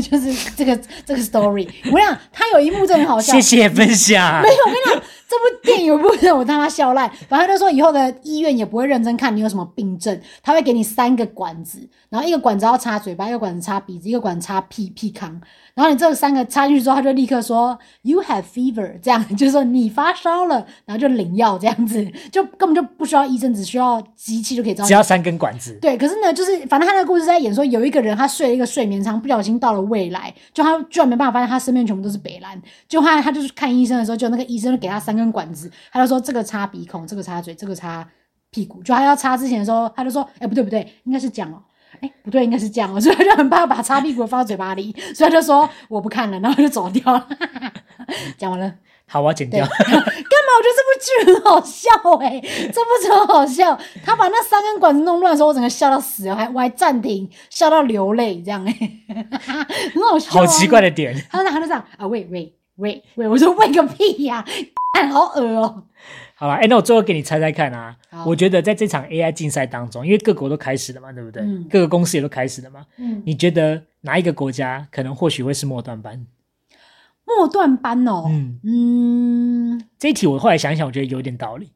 Speaker 1: 就是这个这个 story，我跟你讲，他有一幕真的很好笑，
Speaker 2: 谢谢分享。
Speaker 1: 这部电影有部分我他妈笑烂，反正他就说以后的医院也不会认真看你有什么病症，他会给你三个管子，然后一个管子要插嘴巴，一个管子插鼻子，一个管子插屁屁康，然后你这三个插进去之后，他就立刻说 you have fever，这样就是说你发烧了，然后就领药这样子，就根本就不需要医生，只需要机器就可以知道
Speaker 2: 只
Speaker 1: 你
Speaker 2: 要三根管子，
Speaker 1: 对，可是呢，就是反正他那个故事在演说，有一个人他睡了一个睡眠舱，不小心到了未来，就他居然没办法发现他身边全部都是北兰，就他他就是看医生的时候，就那个医生就给他三根管子，他就说这个插鼻孔，这个插嘴，这个插屁股，就他要插之前的时候，他就说，哎、不对不对，应该是这样哦。哎，不对，应该是这样哦，所以他就很怕把擦屁股放到嘴巴里，所以他就说我不看了，然后就走掉了。 讲完了。
Speaker 2: 好，我要剪
Speaker 1: 对，
Speaker 2: 掉
Speaker 1: 干。嘛？我觉得这部剧很好笑哎、这部剧很好笑。他把那三根管子弄乱的时候，我整个笑到死欸了，还我还暂停笑到流泪，这样哎、 很好笑、
Speaker 2: 好奇怪。的点，
Speaker 1: 他就他就这样啊，喂喂喂喂，我说喂个屁呀、 干好恶哦、
Speaker 2: 好了，哎、那我最后给你猜猜看啊
Speaker 1: 好。
Speaker 2: 我觉得在这场 AI 竞赛当中，因为各国都开始了嘛，对不对？
Speaker 1: 嗯
Speaker 2: 各个公司也都开始了嘛。
Speaker 1: 嗯，
Speaker 2: 你觉得哪一个国家可能或许会是末端班？
Speaker 1: 末段班哦、
Speaker 2: 嗯，
Speaker 1: 嗯，
Speaker 2: 这一题我后来想一想，我觉得有点道理。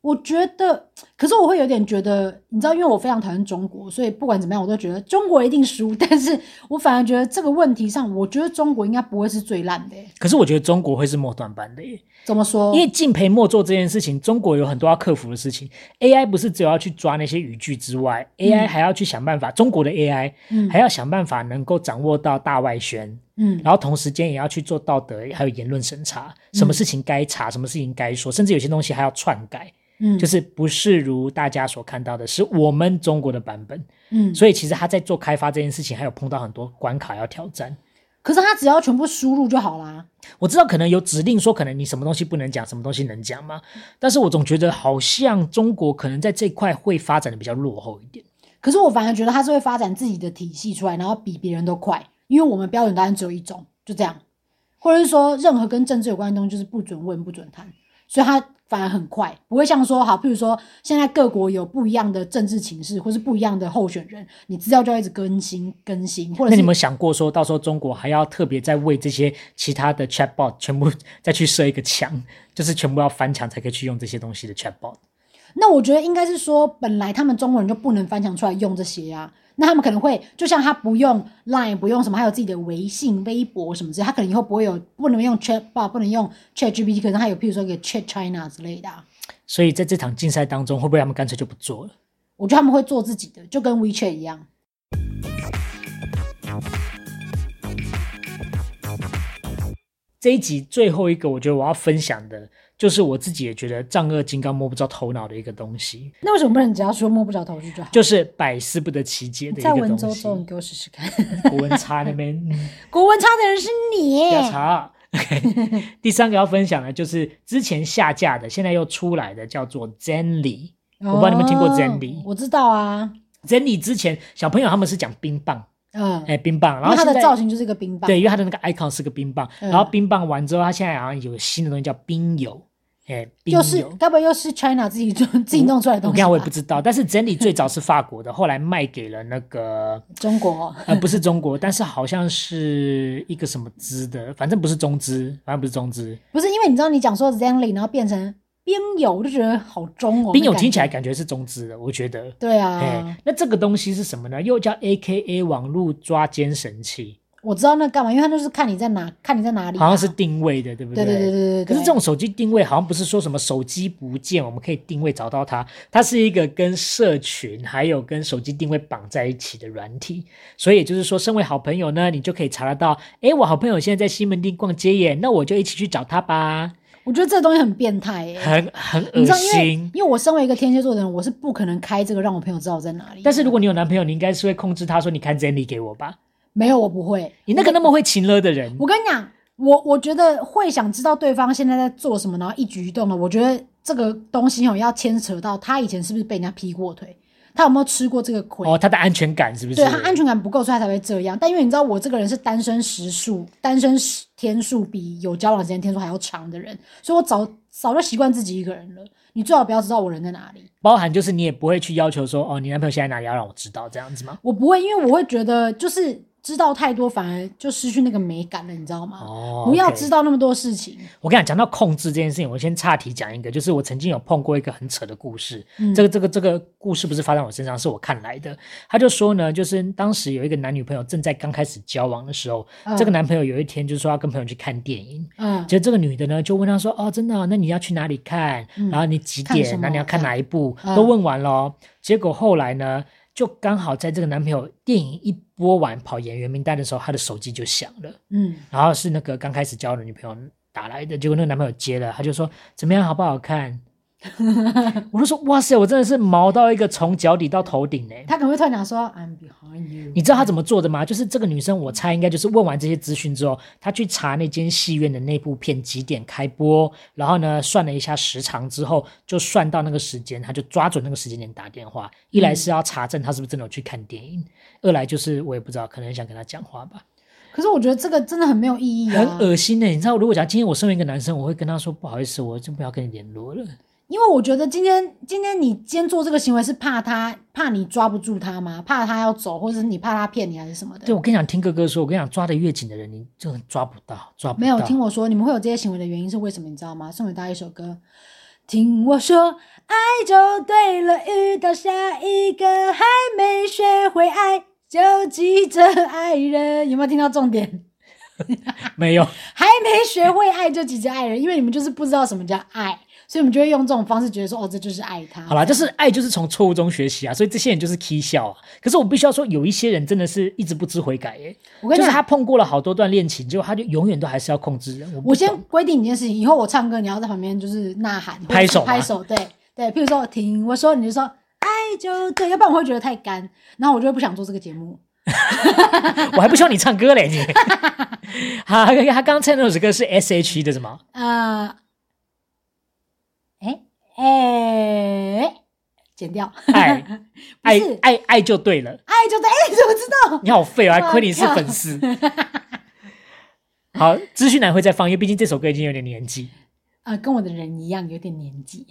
Speaker 1: 我觉得，可是我会有点觉得，你知道，因为我非常讨厌中国，所以不管怎么样，我都觉得中国一定输。 但是我反而觉得这个问题上，我觉得中国应该不会是最烂的欸、
Speaker 2: 可是我觉得中国会是末端班的耶，
Speaker 1: 怎么说？
Speaker 2: 因为敬陪末座这件事情，中国有很多要克服的事情。AI 不是只有要去抓那些语句之外，AI 还要去想办法，中国的 AI
Speaker 1: 嗯
Speaker 2: 还要想办法能够掌握到大外宣，
Speaker 1: 嗯
Speaker 2: 然后同时间也要去做道德还有言论审查，什么事情该查，什么事情该说，甚至有些东西还要篡改，
Speaker 1: 嗯，
Speaker 2: 就是不是如大家所看到的，是我们中国的版本。
Speaker 1: 嗯，
Speaker 2: 所以其实他在做开发这件事情，还有碰到很多关卡要挑战。
Speaker 1: 可是他只要全部输入就好啦。
Speaker 2: 我知道可能有指令说，可能你什么东西不能讲，什么东西能讲嘛，但是我总觉得好像中国可能在这块会发展的比较落后一点。
Speaker 1: 可是我反而觉得他是会发展自己的体系出来，然后比别人都快，因为我们标准答案只有一种，就这样，或者是说任何跟政治有关的东西就是不准问、不准谈，所以他反而很快，不会像说好，譬如说现在各国有不一样的政治情势，或是不一样的候选人，你资料就要一直更新更新，或者
Speaker 2: 那
Speaker 1: 是
Speaker 2: 你们想过说到时候中国还要特别再为这些其他的 chatbot 全部 再去设一个墙，就是全部要翻墙才可以去用这些东西的 chatbot？
Speaker 1: 那我觉得应该是说，本来他们中国人就不能翻墙出来用这些啊。那他们可能会，就像他不用 Line，不用什么，还有自己的微信、微博什么之类，他可能以后不会有不能用 Chatbot，不能用 ChatGPT，可能还有譬如说给 Chat China 之类的、啊。
Speaker 2: 所以在这场竞赛当中，会不会他们干脆就不做了？
Speaker 1: 我觉得他们会做自己的，就跟 WeChat 一样。
Speaker 2: 这一集最后一个，我觉得我要分享的就是我自己也觉得丈二金刚摸不着头脑的一个东西，
Speaker 1: 那为什么不能只要说摸不着头绪就好？
Speaker 2: 就是百思不得其解的一
Speaker 1: 在
Speaker 2: 个
Speaker 1: 文
Speaker 2: 东
Speaker 1: 绉
Speaker 2: 西
Speaker 1: 绉，。你给我试试看。
Speaker 2: 国文差那边。嗯
Speaker 1: 国文差的人是你，
Speaker 2: 调查。OK，第三个要分享的就是之前下架的，现在又出来的，叫做 Zenly。我不知道你们听过
Speaker 1: 哦
Speaker 2: Zenly
Speaker 1: 我知道啊，
Speaker 2: Zenly 之前小朋友他们是讲冰棒，
Speaker 1: 嗯，
Speaker 2: 哎、冰棒，然
Speaker 1: 然
Speaker 2: 后
Speaker 1: 后它的
Speaker 2: 现在
Speaker 1: 造型就是一个冰棒，
Speaker 2: 对，因为它的那个 icon 是个冰棒，
Speaker 1: 嗯
Speaker 2: 然后冰棒完之后，它现在好像有个新的东西叫冰油，哎、冰
Speaker 1: 又
Speaker 2: 油。
Speaker 1: 是该不会又是 China 自己做自己弄出来的
Speaker 2: 我
Speaker 1: 东西吧？
Speaker 2: 跟你讲，我也不知道，但是 Zenly 最早是法国的， 后来卖给了那个
Speaker 1: 中国
Speaker 2: 呃，不是中国，但是好像是一个什么资的，反正不是中资，反正不是中资，
Speaker 1: 不是因为你知道你讲说 Zenly，然后变成边友，我就觉得好中哦。
Speaker 2: 冰友
Speaker 1: 那感
Speaker 2: 听起
Speaker 1: 觉
Speaker 2: 来感觉是中资的，我觉得。
Speaker 1: 对
Speaker 2: 哎、
Speaker 1: 啊，
Speaker 2: 那这个东西是什么呢？又叫 A K A 网络抓奸神器，
Speaker 1: 我知道那干嘛，因为他就是看你在哪，看你在哪里嘛，
Speaker 2: 好像是定位的，对不
Speaker 1: 对对对对对对。
Speaker 2: 可是这种手机定位好像不是说什么手机不见我们可以定位找到它，它是一个跟社群还有跟手机定位绑在一起的软体。所以也就是说，身为好朋友呢，你就可以查得到，诶，我好朋友现在在西门町逛街耶，那我就一起去找他吧。
Speaker 1: 我觉得这东西很变态耶、
Speaker 2: 很很
Speaker 1: 你
Speaker 2: 恶
Speaker 1: 知道，因为
Speaker 2: 心。
Speaker 1: 因为我身为一个天蝎座的人，我是不可能开这个让我朋友知道我在哪里。
Speaker 2: 但是如果你有男朋友，你应该是会控制他说：“你看 Zenny 给我吧。
Speaker 1: 没有，我不会。”
Speaker 2: 你那个那么会情勒的人，
Speaker 1: 我跟你讲，我我觉得会想知道对方现在在做什么，然后一举一动的，我觉得这个东西哦，要牵扯到他以前是不是被人家劈过腿，他有没有吃过这个亏。
Speaker 2: 哦，他的安全感是不是？
Speaker 1: 对他安全感不够，所以他才会这样。但因为你知道，我这个人是单身时数、单身时天数比有交往时间天数还要长的人，所以我早早就习惯自己一个人了。你最好不要知道我人在哪里，
Speaker 2: 包含就是你也不会去要求说：“哦，你男朋友现在哪里要让我知道这样子吗
Speaker 1: 我不会，因为我会觉得就是知道太多，反而就失去那个美感了，你知道？”吗？
Speaker 2: 哦，
Speaker 1: 不要
Speaker 2: OK
Speaker 1: 知道那么多事情。
Speaker 2: 我跟你讲，讲到控制这件事情，我先岔题讲一个，就是我曾经有碰过一个很扯的故事。
Speaker 1: 嗯
Speaker 2: 这个这个这个故事不是发生在我身上，是我看来的。他就说呢，就是当时有一个男女朋友正在刚开始交往的时候，
Speaker 1: 嗯
Speaker 2: 这个男朋友有一天就说要跟朋友去看电影，
Speaker 1: 嗯，
Speaker 2: 结果这个女的呢就问他说：“哦，真的哦、那你要去哪里看？
Speaker 1: 嗯
Speaker 2: 然后你几
Speaker 1: 看什
Speaker 2: 点？
Speaker 1: 么
Speaker 2: 那你要看哪一部？
Speaker 1: 嗯
Speaker 2: 都问完了哦、结果后来呢，就刚好在这个男朋友电影一播完跑演员名单的时候，他的手机就响了。
Speaker 1: 嗯
Speaker 2: 然后是那个刚开始交的女朋友打来的，结果那个男朋友接了，他就说怎么样好不好看？ 我就说哇塞，我真的是毛到一个从脚底到头顶呢。
Speaker 1: 他可能会突然讲说 "I'm behind you"，
Speaker 2: 你知道他怎么做的吗？就是这个女生，我猜应该就是问完这些资讯之后，她去查那间戏院的那部片几点开播，然后呢算了一下时长之后，就算到那个时间，她就抓准那个时间点打电话。一来是要查证她是不是真的有去看电影，二来就是我也不知道，可能想跟她讲话吧。
Speaker 1: 可是我觉得这个真的很没有意义
Speaker 2: 很
Speaker 1: 啊，
Speaker 2: 恶心的、欸你知道，如果讲今天我身为一个男生，我会跟他说不好意思，我就不要跟你联络了。
Speaker 1: 因为我觉得今天今天你今天做这个行为是怕他怕你抓不住他吗？怕他要走，或者是你怕他骗你还是什么的？
Speaker 2: 对，我跟你讲，听哥哥说，我跟你讲，抓得越紧的人，你就抓不到，抓不到。
Speaker 1: 没有听我说，你们会有这些行为的原因是为什么？你知道吗？送给大家一首歌，听我说，爱就对了，遇到下一个还没学会爱，就记着爱人。有没有听到重点？
Speaker 2: 没有？
Speaker 1: 还没学会爱就急着爱人，因为你们就是不知道什么叫爱，所以你们就会用这种方式觉得说，哦，这就是爱他。
Speaker 2: 好啦，就是爱就是从错误中学习啊，所以这些人就是 K 笑啊。可是我必须要说，有一些人真的是一直不知悔改耶、
Speaker 1: 我跟
Speaker 2: 就
Speaker 1: 你
Speaker 2: 是他
Speaker 1: 讲，
Speaker 2: 碰过了好多段恋情，结果他就永远都还是要控制人。我不
Speaker 1: 我
Speaker 2: 懂
Speaker 1: 先规定一件事情，以后我唱歌你要在旁边就是呐喊、
Speaker 2: 拍手吗
Speaker 1: 拍手，对对。譬如说，听我说，你就说爱就对，要不然我会觉得太干，然后我就会不想做这个节目。
Speaker 2: 我还不希望你唱歌嘞你。 好，他刚刚唱的那首歌是 S H E 的 什么？
Speaker 1: 啊，哎哎，剪掉，
Speaker 2: 爱
Speaker 1: 不
Speaker 2: 爱
Speaker 1: 是
Speaker 2: 爱爱就对了。
Speaker 1: 爱就对，哎，你怎么知道？
Speaker 2: 你好废哦，还
Speaker 1: 哇
Speaker 2: 亏你是粉丝。好，资讯栏会再放，因为毕竟这首歌已经有点年纪。
Speaker 1: 啊，跟我的人一样，有点年 纪。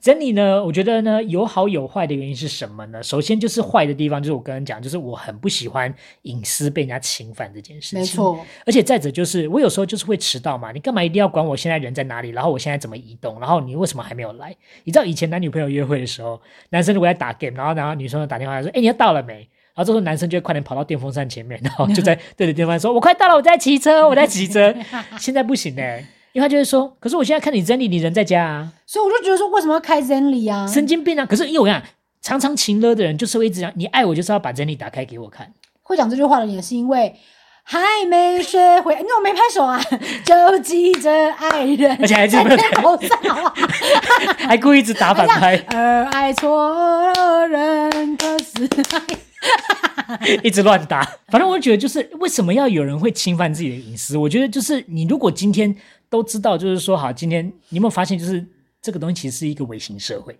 Speaker 2: 整理呢，我觉得呢，有好有坏的原因是什么呢？首先就是坏的地方，就是我刚刚讲，就是我很不喜欢隐私被人家侵犯这件事情。
Speaker 1: 没，错，
Speaker 2: 而且再者就是，我有时候就是会迟到嘛，你干嘛一定要管我现在人在哪里，然后我现在怎么移动，然后你为什么还没有来？你知道以前男女朋友约会的时候，男生如果在打 game，然后然后女生就打电话来说，哎、你要到了没？然后这时候男生就会快点跑到电风扇前面，然后就在对着电风扇说：“我快到了，我在骑车，我在骑车。”现在不行嘞、因为他就会说：“可是我现在看你真理，你人在家啊，
Speaker 1: 所以我就觉得说，为什么要开 Zenly 啊？
Speaker 2: 神经病啊！”可是因为我跟你讲，常常情勒的人就是会一直讲：“你爱我，就是要把真理打开给我看。”
Speaker 1: 会讲这句话的人也是因为还没学会，你怎么没拍手啊？就记着爱人，
Speaker 2: 而且还是
Speaker 1: 在
Speaker 2: 没有
Speaker 1: 天头上好不好？
Speaker 2: 还故意一直打 反拍，
Speaker 1: 而爱错了人可是爱。
Speaker 2: 一直乱打。反正我觉得就是为什么要有人会侵犯自己的隐私？我觉得就是你如果今天都知道，就是说好，今天你有没有发现，就是这个东西其实是一个微型社会，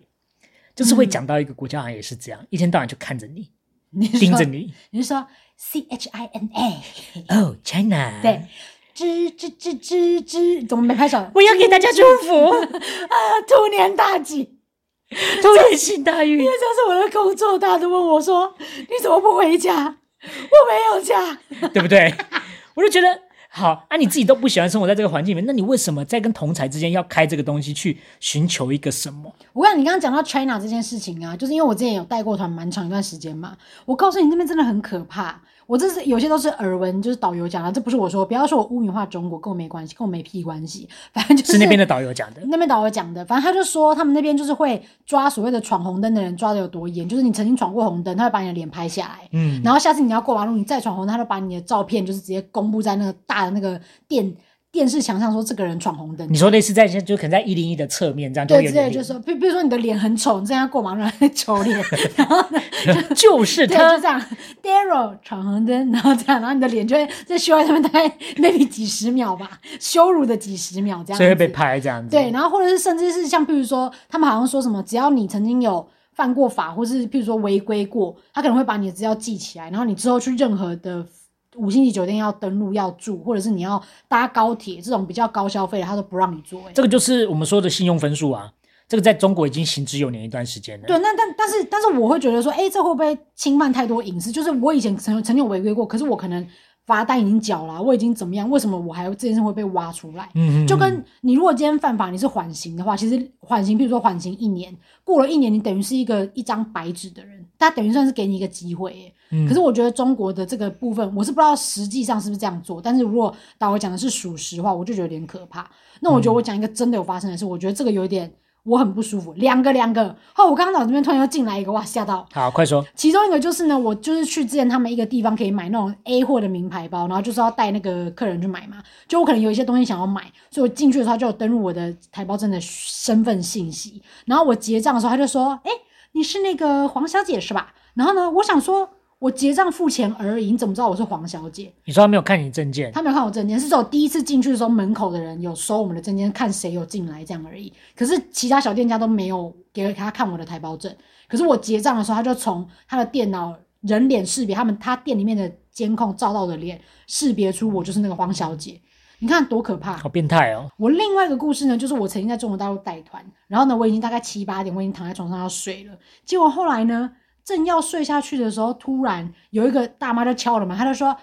Speaker 2: 就是会讲到一个国家好像也是这样，一天到晚就看着你，
Speaker 1: 你嗯
Speaker 2: 盯
Speaker 1: 说
Speaker 2: 着，你。
Speaker 1: 你是说 C H I N A？
Speaker 2: 哦、c h i n a
Speaker 1: 对，，吱吱吱吱吱，怎么没拍手？
Speaker 2: 我要给大家祝福，
Speaker 1: 啊，兔年大吉！
Speaker 2: 突然性大运。
Speaker 1: 这是我的工作，大家都问我说：“你怎么不回家？”我没有家，
Speaker 2: 对不对？我就觉得好，啊，你自己都不喜欢生活在这个环境里面，那你为什么在跟同才之间要开这个东西去寻求一个什么？
Speaker 1: 我跟你刚刚讲到 China 这件事情啊，就是因为我之前有带过团蛮长一段时间嘛，我告诉你那边真的很可怕。我这是有些都是耳闻，就是导游讲的，这不是我说，不要说我污名化中国，跟我没关系，跟我没屁关系。反正就是
Speaker 2: 是那边的导游 讲的。
Speaker 1: 那边导游讲的，反正他就说他们那边就是会抓所谓的闯红灯的人抓的有多严，就是你曾经闯过红灯，他会把你的脸拍下来，
Speaker 2: 嗯，
Speaker 1: 然后下次你要过马路，你再闯红灯，他就把你的照片就是直接公布在那个大的那个电电视墙上，说这个人闯红灯。
Speaker 2: 你说类似在就可能在一零一的侧面这样就会
Speaker 1: 对，
Speaker 2: 有
Speaker 1: 之类的
Speaker 2: 点
Speaker 1: 就是说，比比如说你的脸很丑，你这样过马路还丑 脸，然后呢，
Speaker 2: 就是
Speaker 1: 对，就
Speaker 2: 他
Speaker 1: 这样，Daryl 闯红灯，然后这样，然后你的脸就会在修在他们大概 maybe 几十秒吧，羞辱的几十秒这样，
Speaker 2: 所以会被。拍这样子。
Speaker 1: 对，然后或者是甚至是像譬如说，他们好像说什么，只要你曾经有犯过法，或是譬如说违规过，他可能会把你的资料记起来，然后你之后去任何的五星级酒店要登录要住，或者是你要搭高铁这种比较高消费的，他都不让你做、欸。
Speaker 2: 这个就是我们说的信用分数啊，这个在中国已经行之有年一段时间了。
Speaker 1: 对，那但但是但是我会觉得说，哎，这会不会侵犯太多隐私？就是我以前曾曾经有违规过，可是我可能罚单已经缴了啊、我已经怎么样？为什么我还这件事会被挖出来？
Speaker 2: 嗯，嗯嗯
Speaker 1: 就跟你如果今天犯法，你是缓刑的话，其实缓刑，譬如说缓刑一年，过了一年，你等于是一个一张白纸的人，他等于算是给你一个机会耶、
Speaker 2: 嗯
Speaker 1: 可是我觉得中国的这个部分，我是不知道实际上是不是这样做，但是如果导游讲的是属实的话，我就觉得有点可怕。那我觉得我讲一个真的有发生的事，我觉得这个有点我很不舒服。两个两个，哦，我刚刚脑子里面突然又进来一个，哇，吓到！
Speaker 2: 好，快说。
Speaker 1: 其中一个就是呢，我就是去之前他们一个地方可以买那种 A 货的名牌包，然后就是要带那个客人去买嘛。就我可能有一些东西想要买，所以我进去的时候他就有登录我的台胞证的身份信息，然后我结账的时候他就说：“哎、你是那个黄小姐是吧？”然后呢，我想说。我结账付钱而已，你怎么知道我是黄小姐？
Speaker 2: 你说他没有看你证件，
Speaker 1: 他没有看我证件，是只有第一次进去的时候，门口的人有收我们的证件，看谁有进来这样而已。可是其他小店家都没有给他看我的台胞证。可是我结账的时候，他就从他的电脑人脸识别，他们他店里面的监控照到我的脸，识别出我就是那个黄小姐。你看多可怕！
Speaker 2: 好变态哦。
Speaker 1: 我另外一个故事呢，就是我曾经在中国大陆带团，然后呢，我已经大概七八点，我已经躺在床上要睡了。结果后来呢，正要睡下去的时候，突然有一个大妈就敲了门，她就说：“啊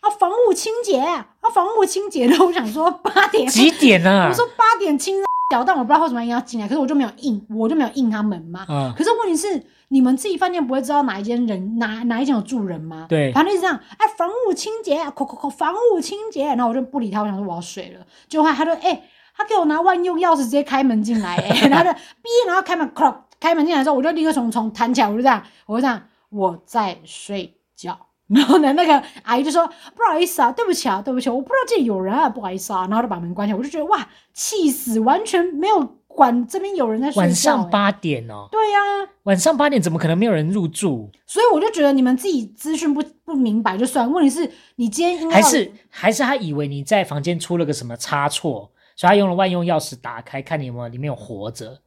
Speaker 1: 啊，房屋清洁啊，房屋清洁。” 然后我想说八点，
Speaker 2: 几点啊？
Speaker 1: 我说八点清小，但我不知道为什么一定要进来，可是我就没有应，我就没有应他门嘛。
Speaker 2: 嗯，
Speaker 1: 可是问题是，你们自己饭店不会知道哪一间人哪哪一间有住人吗？
Speaker 2: 对
Speaker 1: 反正就是这样，哎，房屋清洁，口口口，房屋清洁。然后我就不理他，我想说我要睡了。结果他就哎、他给我拿万用钥匙直接开门进来、 哎，然后就哔，然后开门 c 开门进来之后，我就立刻从床弹起来，我就这样，我就这样，我在睡觉。然后呢，那个阿姨就说：“不好意思啊，对不起啊，对不起，我不知道这里有人啊，不好意思啊。”然后就把门关起来，我就觉得哇，气死，完全没有管这边有人在睡觉、
Speaker 2: 晚上
Speaker 1: 哎
Speaker 2: 八点哦，
Speaker 1: 对呀、
Speaker 2: 晚上八点怎么可能没有人入住？
Speaker 1: 所以我就觉得你们自己资讯不不明白就算，问题是你今天应该
Speaker 2: 还
Speaker 1: 要
Speaker 2: 是还是他以为你在房间出了个什么差错，所以他用了万用钥匙打开，看你有没有里面有活着，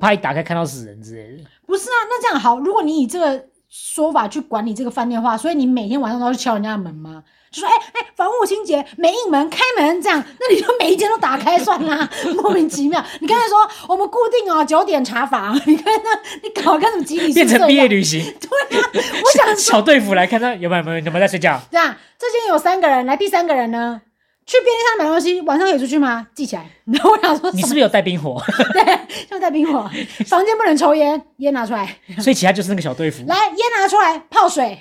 Speaker 2: 怕一打开看到死人之类的。
Speaker 1: 不是啊？那这样好，如果你以这个说法去管理这个饭店的话，所以你每天晚上都要去敲人家的门吗？就说哎哎，房务清洁没应门，开门这样，那你就每一间都打开算 啦，莫名其妙。你刚才说我们固定哦九点查房，你看那你搞得跟什么集体宿舍
Speaker 2: 变
Speaker 1: 一样
Speaker 2: 成毕业 旅行，
Speaker 1: 对啊， 我想说
Speaker 2: 小队服来看他有没有有没有有没有在睡觉。
Speaker 1: 这样，这间有三个人，来第三个人呢？去便利商店买东西，晚上可以出去吗？记起来。然后我想说，
Speaker 2: 你
Speaker 1: 什么
Speaker 2: 是不是有带 冰火？
Speaker 1: 对，就带冰火，房间不能抽烟，烟拿出来，
Speaker 2: 所以其他就是那个小队服，
Speaker 1: 来，烟拿出来，泡水。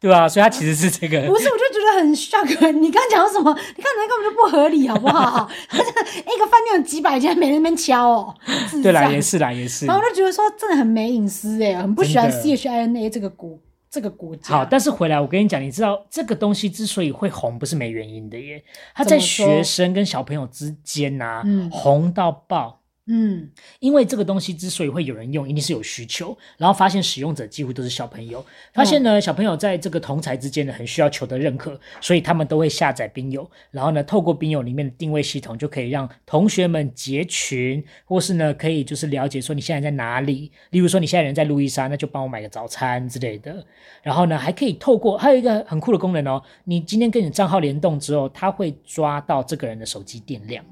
Speaker 2: 对吧、所以他其实是这个
Speaker 1: 不是， 我就觉得很 shock。你 刚讲什么？你看人根本就不合理，好不好？他这一个饭店有几百间，每人在那边敲哦，自
Speaker 2: 对啦，
Speaker 1: 在
Speaker 2: 也是啦，也是
Speaker 1: 然。后我就觉得说，真的很没隐私哎，很不喜欢
Speaker 2: 真的
Speaker 1: CHINA 这个国这个国家。
Speaker 2: 好，但是回来我跟你讲，你知道这个东西之所以会红，不是没原因的耶。它
Speaker 1: 怎
Speaker 2: 在
Speaker 1: 么说
Speaker 2: 学生跟小朋友之间呐、
Speaker 1: 嗯
Speaker 2: 红到爆。
Speaker 1: 嗯，
Speaker 2: 因为这个东西之所以会有人用，一定是有需求，然后发现使用者几乎都是小朋友，发现呢、小朋友在这个同才之间呢很需要求得认可，所以他们都会下载冰友，然后呢透过冰友里面的定位系统就可以让同学们结群，或是呢可以就是了解说你现在在哪里，例如说你现在人在路易莎，那就帮我买个早餐之类的，然后呢还可以透过还有一个很酷的功能哦，你今天跟你账号联动之后，它会抓到这个人的手机电量。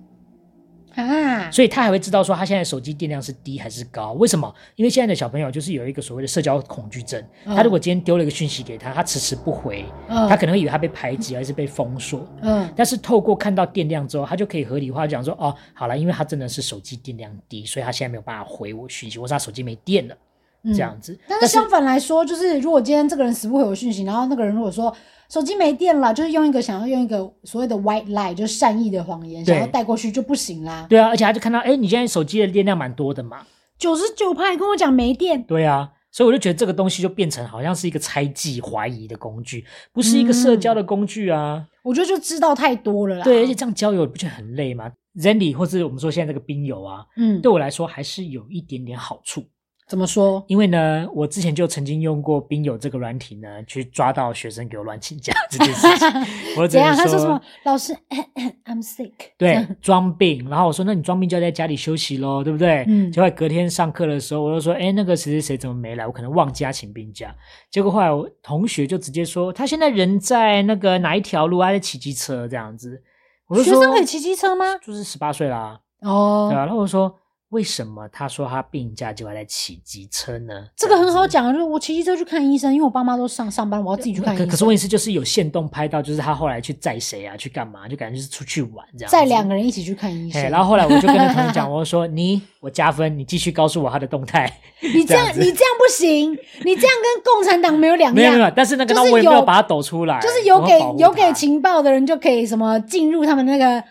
Speaker 1: 啊，
Speaker 2: 所以他还会知道说他现在手机电量是低还是高。为什么？因为现在的小朋友就是有一个所谓的社交恐惧症，
Speaker 1: 嗯
Speaker 2: 他如果今天丢了一个讯息给他，他迟迟不回，
Speaker 1: 嗯
Speaker 2: 他可能会以为他被排挤还是被封锁。
Speaker 1: 嗯
Speaker 2: 但是透过看到电量之后，他就可以合理化讲说，哦，好了，因为他真的是手机电量低，所以他现在没有办法回我讯息，或者他手机没电了，
Speaker 1: 嗯
Speaker 2: 这样子。
Speaker 1: 但是相反来说，就是如果今天这个人死不回我讯息，然后那个人如果说手机没电了，就是用一个想要用一个所谓的 white lie，就是善意的谎言，
Speaker 2: 对
Speaker 1: 想要带过去就不行啦。
Speaker 2: 对啊，而且他就看到，哎，你现在手机的电量蛮多的嘛，
Speaker 1: 九十九派跟我讲没电，
Speaker 2: 对啊，所以我就觉得这个东西就变成好像是一个猜忌、怀疑的工具，不是一个社交的工具啊。
Speaker 1: 我觉得就知道太多了啦。
Speaker 2: 对，而且这样交友不觉得很累吗？Zenly 或是我们说现在这个冰友啊，
Speaker 1: 嗯，
Speaker 2: 对我来说还是有一点点好处，
Speaker 1: 怎么 说？
Speaker 2: 因为呢，我之前就曾经用过冰友这个软体呢，去抓到学生给我乱请 假这件事情。我只
Speaker 1: 怎
Speaker 2: 能
Speaker 1: 样？他说什么？老师 ，I'm sick。
Speaker 2: 对，装病，然后我说，那你装病就要在家里休息喽，对不对？
Speaker 1: 嗯
Speaker 2: 结果隔天上课的时候，我就说，哎，那个谁谁谁怎么没来？我可能忘记他请病假。结果后来我同学就直接说，他现在人在那个哪一条路，他在骑机车这样子。我就
Speaker 1: 学
Speaker 2: 说，
Speaker 1: 生可以骑机车吗？
Speaker 2: 就是十八岁啦，对
Speaker 1: 哦，
Speaker 2: 啊。然后我说，为什么他说他病假就还在骑机车呢？
Speaker 1: 这个很好讲啊，就是我骑机车去看医生，因为我爸妈都上上班，我要自己去看医
Speaker 2: 可
Speaker 1: 生。
Speaker 2: 可是问题是，就是有限动拍到，就是他后来去载谁啊，去干嘛，就感觉就是出去玩这样子。
Speaker 1: 再两个人一起去看医
Speaker 2: 哎，
Speaker 1: 生，
Speaker 2: 然后后来我就跟那同学讲，我就说你我加分，你继续告诉我他的 动态。
Speaker 1: 你这样
Speaker 2: 这样子
Speaker 1: 你这样不行，你这样跟共产党没有两
Speaker 2: 没有
Speaker 1: 样
Speaker 2: 没。有，但是那个
Speaker 1: 啊就
Speaker 2: 呢，
Speaker 1: 是
Speaker 2: 我也没有
Speaker 1: 有
Speaker 2: 把它抖出来，
Speaker 1: 就是有
Speaker 2: 我
Speaker 1: 给
Speaker 2: 保护
Speaker 1: 有
Speaker 2: 他
Speaker 1: 给情报的人就可以什么进入他们那个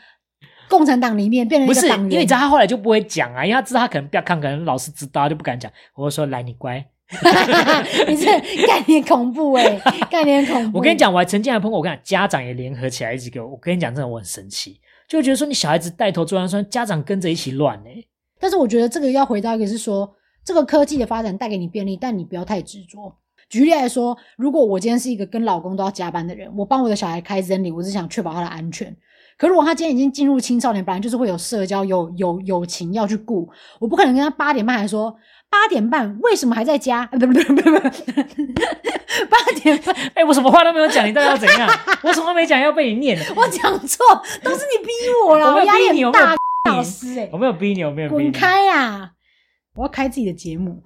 Speaker 1: 共产党里面，变成
Speaker 2: 不
Speaker 1: 一
Speaker 2: 是，
Speaker 1: 个党
Speaker 2: 因为你
Speaker 1: 员
Speaker 2: 知。道他后来就不会讲啊，因为他知道他可能不要看，可能老师知道他就不敢讲。我就说来，你乖。
Speaker 1: 你这 概念恐怖哎、概念恐怖。
Speaker 2: 我跟你，讲，我还曾经还碰过，我跟你讲，家长也联合起来一起给我。我跟你讲，真的我很生气，就会觉得说你小孩子带头作案，说家长跟着一起乱哎、
Speaker 1: 但是我觉得这个要回到一个是说，这个科技的发展带给你便利，但你不要太执着。举例来说，如果我今天是一个跟老公都要加班的人，我帮我的小孩开 Zenly，我只想确保他的安全。可如果他今天已经进入青少年，本来就是会有社交、有有友情要去顾，我不可能跟他八点半还说八点半为什么还在家？ 啊不不不不不，八点半
Speaker 2: 哎、我什么话都没有讲，你到底要怎样？我什么都没讲，要被你念？
Speaker 1: 我讲错，都是你逼我啦，
Speaker 2: 我没有
Speaker 1: 压
Speaker 2: 逼
Speaker 1: 力
Speaker 2: 你，
Speaker 1: 很
Speaker 2: 我没有
Speaker 1: 大，
Speaker 2: 逼
Speaker 1: 老
Speaker 2: 你，
Speaker 1: 师哎、
Speaker 2: 我没有逼你，我没有逼
Speaker 1: 滚
Speaker 2: 你，
Speaker 1: 开呀、我要开自己的节目，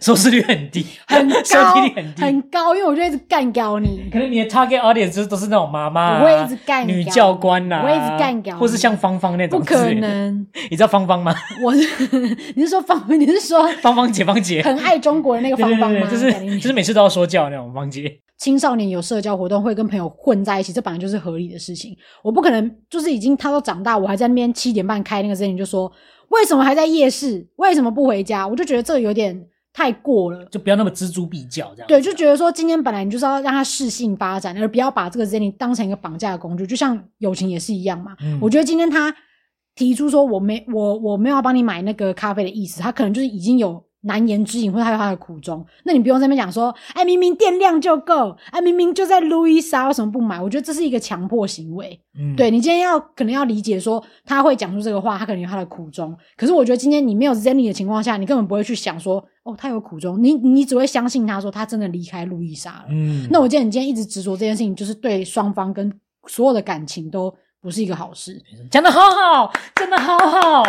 Speaker 2: 收视率很低，
Speaker 1: 很
Speaker 2: 收
Speaker 1: 高
Speaker 2: 听率很低，
Speaker 1: 高，因为我就一直干掉 你。
Speaker 2: 可能你的 target audience 就是都是那种妈妈、啊，
Speaker 1: 我会一直干掉
Speaker 2: 女教官呐、啊
Speaker 1: 我会一直干掉你
Speaker 2: 或是像芳芳那种，
Speaker 1: 不可。能，
Speaker 2: 你知道芳芳吗？
Speaker 1: 我是 你是说方，你是说
Speaker 2: 芳芳姐，芳姐，
Speaker 1: 很爱中国的那个
Speaker 2: 对
Speaker 1: 方
Speaker 2: 对
Speaker 1: 方
Speaker 2: 对
Speaker 1: 吗？
Speaker 2: 对，就
Speaker 1: 感觉
Speaker 2: 是
Speaker 1: 你
Speaker 2: 就是每次都要说教那种芳姐。
Speaker 1: 青少年有社交活动，会跟朋友混在一起，这本来就是合理的事情。我不可能就是已经他都长大，我还在那边七点半开那个声音，就说为什么还在夜市，为什么不回家？我就觉得这个有点太过了。
Speaker 2: 就不要那么锱铢必较，这样啊
Speaker 1: 对，就觉得说今天本来你就是要让它适性发展，而不要把这个 Zenny 当成一个绑架的工具，就像友情也是一样嘛。
Speaker 2: 嗯
Speaker 1: 我觉得今天他提出说我没我我没有要帮你买那个咖啡的意思，他可能就是已经有难言之隐，或者他有他的苦衷。那你不用在那边讲说，哎，明明电量就够，哎，明明就在路易莎，为什么不买？我觉得这是一个强迫行为。
Speaker 2: 嗯
Speaker 1: 对你今天要可能要理解说他会讲出这个话，他可能有他的苦衷。可是我觉得今天你没有 Zenny 的情况下，你根本不会去想说哦他有苦衷，你你只会相信他说他真的离开路易莎了。
Speaker 2: 嗯
Speaker 1: 那我觉得你今天一直执着这件事情，就是对双方跟所有的感情都不是一个好事。
Speaker 2: 讲的好好，真的好好，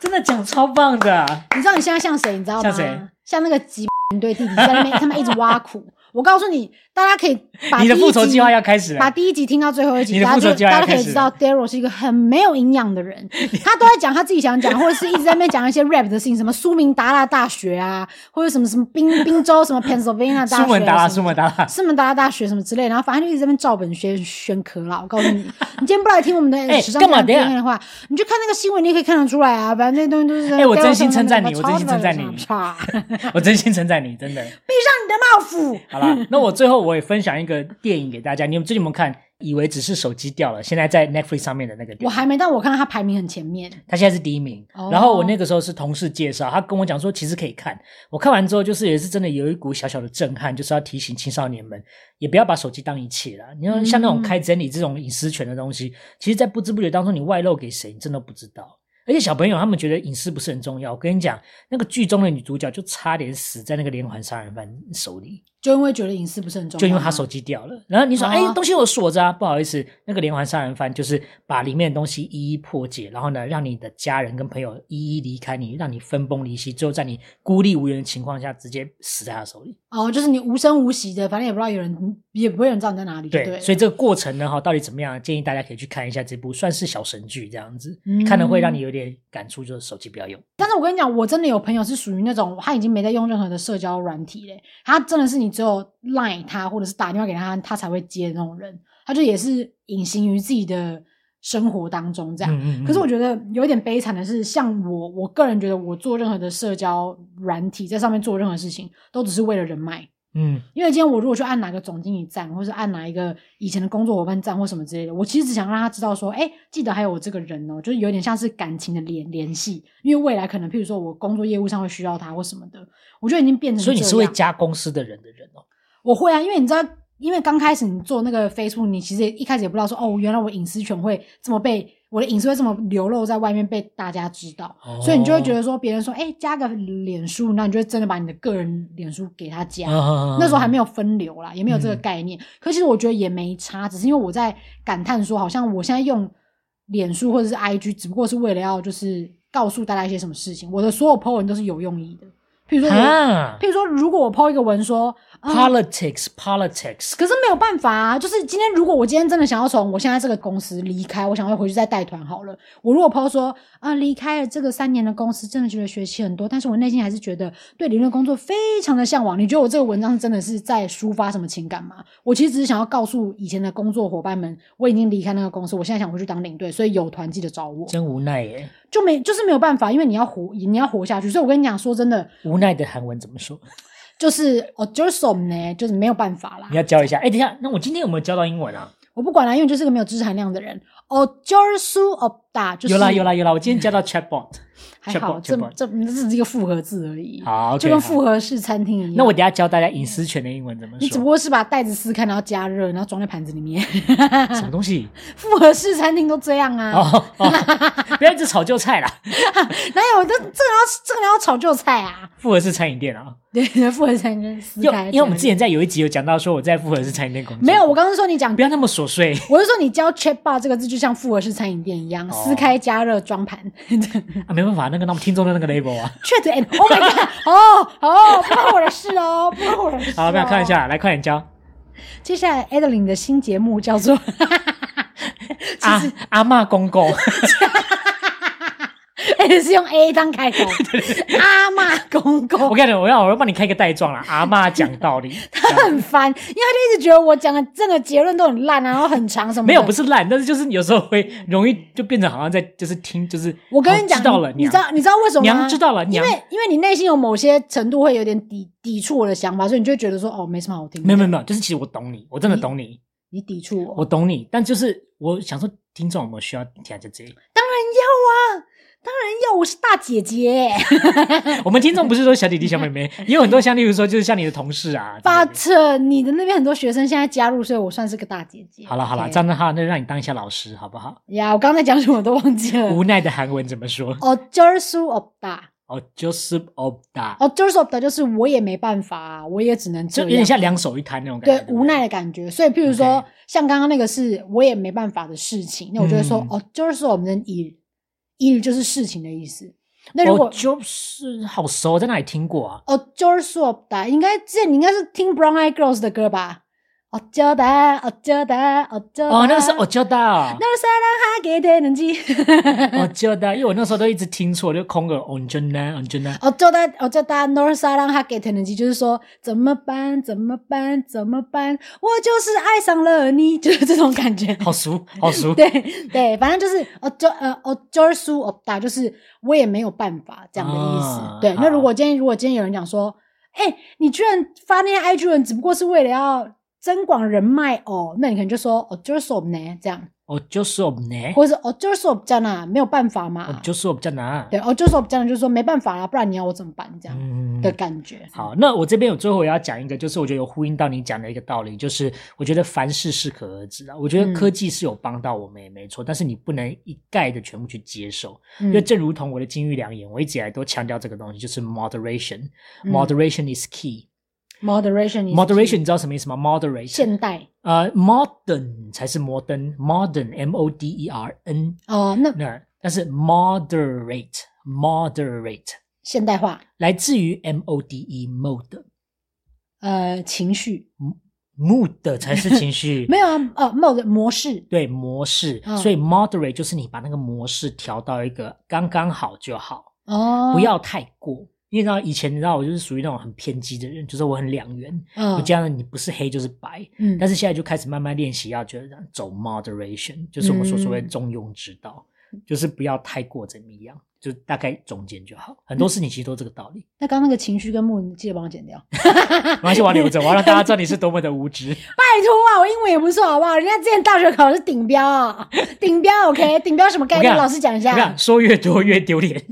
Speaker 2: 真的讲超棒的。
Speaker 1: 你知道你现在像谁？你知道吗？
Speaker 2: 像谁
Speaker 1: 像那个几对弟弟在 那边，他们一直挖苦。我告诉你，大家可以把
Speaker 2: 你的
Speaker 1: 第一
Speaker 2: 复仇
Speaker 1: 集
Speaker 2: 计划要开始
Speaker 1: 把
Speaker 2: 了，
Speaker 1: 第一集听到最后一集，
Speaker 2: 你的
Speaker 1: 大
Speaker 2: 复
Speaker 1: 家
Speaker 2: 仇
Speaker 1: 就
Speaker 2: 计划
Speaker 1: 大家
Speaker 2: 要
Speaker 1: 可
Speaker 2: 开
Speaker 1: 以
Speaker 2: 始
Speaker 1: 知道 Daryl 是一个很没有营养的 人，他都在讲他自己想讲，或者是一直在那边讲一些 rap 的事情，什么苏明达拉大学啊，或者什么什么宾宾州 什么 Pennsylvania 大学，啊
Speaker 2: 苏门
Speaker 1: 什么
Speaker 2: 答腊，苏门答 腊。
Speaker 1: 斯门达拉大学什么之类，然后反正就一直在那边照本宣宣科啦。我告 诉你，你今天不来听我们的
Speaker 2: 哎
Speaker 1: 时尚
Speaker 2: 干嘛
Speaker 1: 观
Speaker 2: 等一下
Speaker 1: 点的话，你就看那个新闻，你也可以看得出来啊。反正那些东西都是在
Speaker 2: 哎我真
Speaker 1: Daryl
Speaker 2: 心称赞你
Speaker 1: 上面的啊
Speaker 2: 我真心称赞你
Speaker 1: 啪，闭上你
Speaker 2: 我真心称赞你，真的。
Speaker 1: 的帽子。
Speaker 2: 好 啦，那我最后我也分享一个电影给大家，你们最近有没有看？以为只是手机掉了，现在在 Netflix 上面的那个电影
Speaker 1: 我还没，但我看到他排名很前面。
Speaker 2: 他现在是第一名。
Speaker 1: 哦
Speaker 2: 然后我那个时候是同事介绍，他跟我讲说，其实可以看。我看完之后，就是也是真的有一股小小的震撼，就是要提醒青少年们，也不要把手机当一切啦。你要像那
Speaker 1: 嗯
Speaker 2: 种开整理这种隐私权的东西，其实，在不知不觉当中，你外露给谁，你真的不知道。而且小朋友他们觉得隐私不是很重要。我跟你讲，那个剧中的女主角就差点死在那个连环杀人犯手里。
Speaker 1: 就因为觉得隐私不是很重要吗，
Speaker 2: 就因为他手机掉了。然后你说，
Speaker 1: 哦
Speaker 2: 哎、东西有锁着啊，不好意思，那个连环杀人犯就是把里面的东西一一破解，然后呢，让你的家人跟朋友一一离开你，让你分崩离析，最后在你孤立无援的情况下，直接死在他手里。
Speaker 1: 哦，就是你无声无息的，反正也不知道有人，也不会有人知道你在哪里就
Speaker 2: 对，
Speaker 1: 对了，
Speaker 2: 所以这个过程呢，哈，到底怎么样？建议大家可以去看一下这部算是小神剧这样子，
Speaker 1: 嗯
Speaker 2: 看了会让你有点感触，就是手机不要用。
Speaker 1: 但是我跟你讲，我真的有朋友是属于那种他已经没在用任何的社交软体嘞，他真的是你只有 line 他或者是打电话给他，他才会接的那种人，他就也是隐形于自己的生活当中这样。
Speaker 2: 嗯
Speaker 1: 可是我觉得有点悲惨的是，像我，我个人觉得我做任何的社交软体，在上面做任何事情，都只是为了人脉。
Speaker 2: 嗯，
Speaker 1: 因为今天我如果去按哪个总经理赞，或是按哪一个以前的工作伙伴赞或什么之类的，我其实只想让他知道说，哎，记得还有我这个人哦，就是有点像是感情的联联系，因为未来可能譬如说我工作业务上会需要他或什么的，我就已经变成
Speaker 2: 所以你
Speaker 1: 这
Speaker 2: 是会
Speaker 1: 样
Speaker 2: 加公司的人的人哦。
Speaker 1: 我会啊，因为你知道，因为刚开始你做那个 Facebook，你其实也一开始也不知道说，哦，原来我隐私权会这么被我的隐私会这么流露在外面被大家知道，
Speaker 2: 哦
Speaker 1: 所以你就会觉得说，别人说，哎，加个脸书，那你就会真的把你的个人脸书给他加。
Speaker 2: 啊
Speaker 1: 那时候还没有分流啦，也没有这个
Speaker 2: 嗯
Speaker 1: 概念。可其实我觉得也没差，只是因为我在感叹说，好像我现在用脸书或者是 IG，只不过是为了要就是告诉大家一些什么事情。我的所有 po 文都是有用意的，譬如说我，
Speaker 2: 啊
Speaker 1: 譬如说，如果我 po 一个文说，啊、
Speaker 2: ，politics politics，
Speaker 1: 可是没有办法啊，就是今天如果我今天真的想要从我现在这个公司离开，我想要回去再带团好了。我如果抛说啊，离开了这个三年的公司，真的觉得学习很多，但是我内心还是觉得对理论工作非常的向往。你觉得我这个文章是真的是在抒发什么情感吗？我其实只是想要告诉以前的工作伙伴们，我已经离开那个公司，我现在想回去当领队，所以有团记得找我，
Speaker 2: 真无奈耶。
Speaker 1: 就没就是没有办法，因为你要活，你要活下去。所以我跟你讲，说真的，
Speaker 2: 无奈的韩文怎么说？
Speaker 1: 就是哦，就是什么呢，就是没有办法啦
Speaker 2: 你。要教 一下。哎，等一下，那我今天有没有教到英文啊？
Speaker 1: 我不管啦，因为就是个没有知识含量的人。哦，就是苏哦大，就是
Speaker 2: 有啦有，啦有啦，我今天教到 chatbot。
Speaker 1: 还好，
Speaker 2: chatbot，
Speaker 1: 这
Speaker 2: chatbot
Speaker 1: 这这只是一个复合字而已，
Speaker 2: 好，
Speaker 1: 就
Speaker 2: OK，
Speaker 1: 跟
Speaker 2: 好
Speaker 1: 复合式餐厅一样。
Speaker 2: 那我等一下教大家隐私权的英文怎么
Speaker 1: 啊你只不
Speaker 2: 说。
Speaker 1: 过是把袋子撕开，然后加热，然后装在盘子里面。
Speaker 2: 什么东西？
Speaker 1: 复合式餐厅都这样啊，
Speaker 2: 哦，哦 不要一直炒旧菜啦，
Speaker 1: 哪有这这个要这个要炒旧菜啊？
Speaker 2: 复合式餐饮店啊。
Speaker 1: 对，复合餐厅撕
Speaker 2: 因
Speaker 1: 开，
Speaker 2: 为因为我们之前在有一集有讲到说我在复合式餐饮店工作，
Speaker 1: 没有，我刚刚说你讲
Speaker 2: 不，要那么琐碎。
Speaker 1: 我是说你教 chat bar 这个字就像复合式餐饮店一样，
Speaker 2: 哦
Speaker 1: 撕开加热装盘。
Speaker 2: 啊，没办法，那个那我们听众的那个 label 啊。
Speaker 1: Chat and Oh my God！哦哦，不关我的事哦，不关我的事、哦。
Speaker 2: 好，不要开玩笑啦，啊来快点教。
Speaker 1: 接下来 Adeline 的新节目叫做
Speaker 2: 阿啊阿嬷公公，
Speaker 1: ，A 是用 A 当 开头，阿妈公公
Speaker 2: 我。跟你讲，我要我要帮你开个带状啦。阿嬷讲道理，
Speaker 1: 他很烦，因为他就一直觉得我讲的这个结论都很烂啊，然后很长什么的。
Speaker 2: 没有不是烂，但是就是有时候会容易就变成好像在就是听就是
Speaker 1: 我跟你讲，
Speaker 2: 哦知道了，
Speaker 1: 你
Speaker 2: 娘
Speaker 1: 知道你知道为什么吗？
Speaker 2: 娘知道了，
Speaker 1: 因
Speaker 2: 娘
Speaker 1: 为因为你内心有某些程度会有点抵抵触我的想法，所以你就会觉得说哦，没什么好听的。
Speaker 2: 没有没有没有，就是其实我懂你，我真的懂你，
Speaker 1: 你抵触我，
Speaker 2: 我懂你，但就是我想说，听众有没有需要听下这这？
Speaker 1: 当然要啊，当然要，我是大姐 姐。
Speaker 2: 我们听众不是说小弟弟小妹妹，也有很多像例如说就是像你的同事啊。之类
Speaker 1: But
Speaker 2: 的
Speaker 1: 你的那边很多学生现在加入，所以我算是个大姐姐。
Speaker 2: 好了好了，这
Speaker 1: 张
Speaker 2: 样的话，那让你当一下老师好不好？
Speaker 1: 呀，我刚才讲什么我都忘记了。
Speaker 2: 无奈的韩文怎么说？
Speaker 1: 哦，就是苏哦大，
Speaker 2: 哦，就是哦哒，
Speaker 1: 哦就是哦大，就是我也没办法、啊，我也只能这
Speaker 2: 就
Speaker 1: 样，
Speaker 2: 有点像两手一摊那种感
Speaker 1: 对
Speaker 2: 觉，
Speaker 1: 无奈的感觉。所以，譬如说
Speaker 2: OK
Speaker 1: 像刚刚那个是我也没办法的事情，那我就会说、
Speaker 2: 嗯
Speaker 1: 哦，就是说我们的一一就是事情的意思。那
Speaker 2: 对
Speaker 1: 如
Speaker 2: 不
Speaker 1: 果
Speaker 2: 对。哦，就是好熟，在哪里听过啊？
Speaker 1: 哦就是说哦大，应该之前你应该是听 Brown Eyed Girls 的歌吧？哦就哒，哦就哒，哦就
Speaker 2: 哦，那个是哦，就哒，
Speaker 1: 那是让他给的能记。
Speaker 2: 哦，就哒，因为我那时候都一直听错，就空个哦，就哒，哦，就哒。
Speaker 1: 哦，叫他，哦，叫他 n o r s a 让他给 t e n 就是说怎么办？怎么办？怎么办？我就是爱上了你，就是这种感觉。
Speaker 2: 好熟，好 熟。
Speaker 1: 对对，反正就是哦，就呃哦，就是苏哦打，就是我也没有办法这样的意思。
Speaker 2: 啊
Speaker 1: 对，
Speaker 2: 好
Speaker 1: 那如果今天如果今天有人讲说，哎、你居然发那些 IG 文，只不过是为了要增广人脉哦，那你可能就说哦，就是我们呢这样，
Speaker 2: 哦，就是我们呢，
Speaker 1: 或者是哦，就是我们这样啊，没有办法嘛。
Speaker 2: 哦，就是我们在哪？
Speaker 1: 对，哦，就是我们这样，就是说没办法啦，不然你要我怎么办？这样。
Speaker 2: 嗯
Speaker 1: 的感觉。
Speaker 2: 好，那我这边有最后也要讲一个，就是我觉得有呼应到你讲的一个道理，就是我觉得凡事适可而止啊。我觉得
Speaker 1: 嗯
Speaker 2: 科技是有帮到我们也没错，但是你不能一概的全部去接受，
Speaker 1: 嗯，
Speaker 2: 因为正如同我的金玉良言，我一直以来都强调这个东西，就是 moderation，moderation、
Speaker 1: 嗯
Speaker 2: moderation is key。
Speaker 1: moderation is
Speaker 2: Moderation
Speaker 1: key
Speaker 2: 你知道什么意思吗？Moderate，
Speaker 1: 现代
Speaker 2: 呃，modern 才是摩登，modern，m o d e r n
Speaker 1: 哦，那
Speaker 2: 那儿，但是 moderate，moderate
Speaker 1: 现代化
Speaker 2: 来自于 m o d e mode。
Speaker 1: 呃情绪，
Speaker 2: mood 才是情绪
Speaker 1: 没有啊，呃 mode 模式
Speaker 2: 对模式，
Speaker 1: 嗯
Speaker 2: 所以 moderate 就是你把那个模式调到一个刚刚好就好，
Speaker 1: 哦，
Speaker 2: 不要太过。因为你知道以前你知道我就是属于那种很偏激的人，就是我很两元，
Speaker 1: 嗯
Speaker 2: 我加上你不是黑就是白。
Speaker 1: 嗯，
Speaker 2: 但是现在就开始慢慢练习，要觉得这样走 moderation，就是我们所所谓
Speaker 1: 嗯
Speaker 2: 的中庸之道，就是不要太过怎么样，就大概中间就好。很多事情其实都这个道理。
Speaker 1: 那刚刚那个情绪跟木，你记得帮我剪掉。 嗯
Speaker 2: 没关系，我要留着，我要让大家知道你是多么的无知。
Speaker 1: 拜托啊，我英文也不错，好不好？人家之前大学考的是顶标啊， 顶标 OK，顶标什么概
Speaker 2: 我跟
Speaker 1: 念？
Speaker 2: 你讲
Speaker 1: 老师讲一
Speaker 2: 你
Speaker 1: 下
Speaker 2: 看，。说越多越丢脸。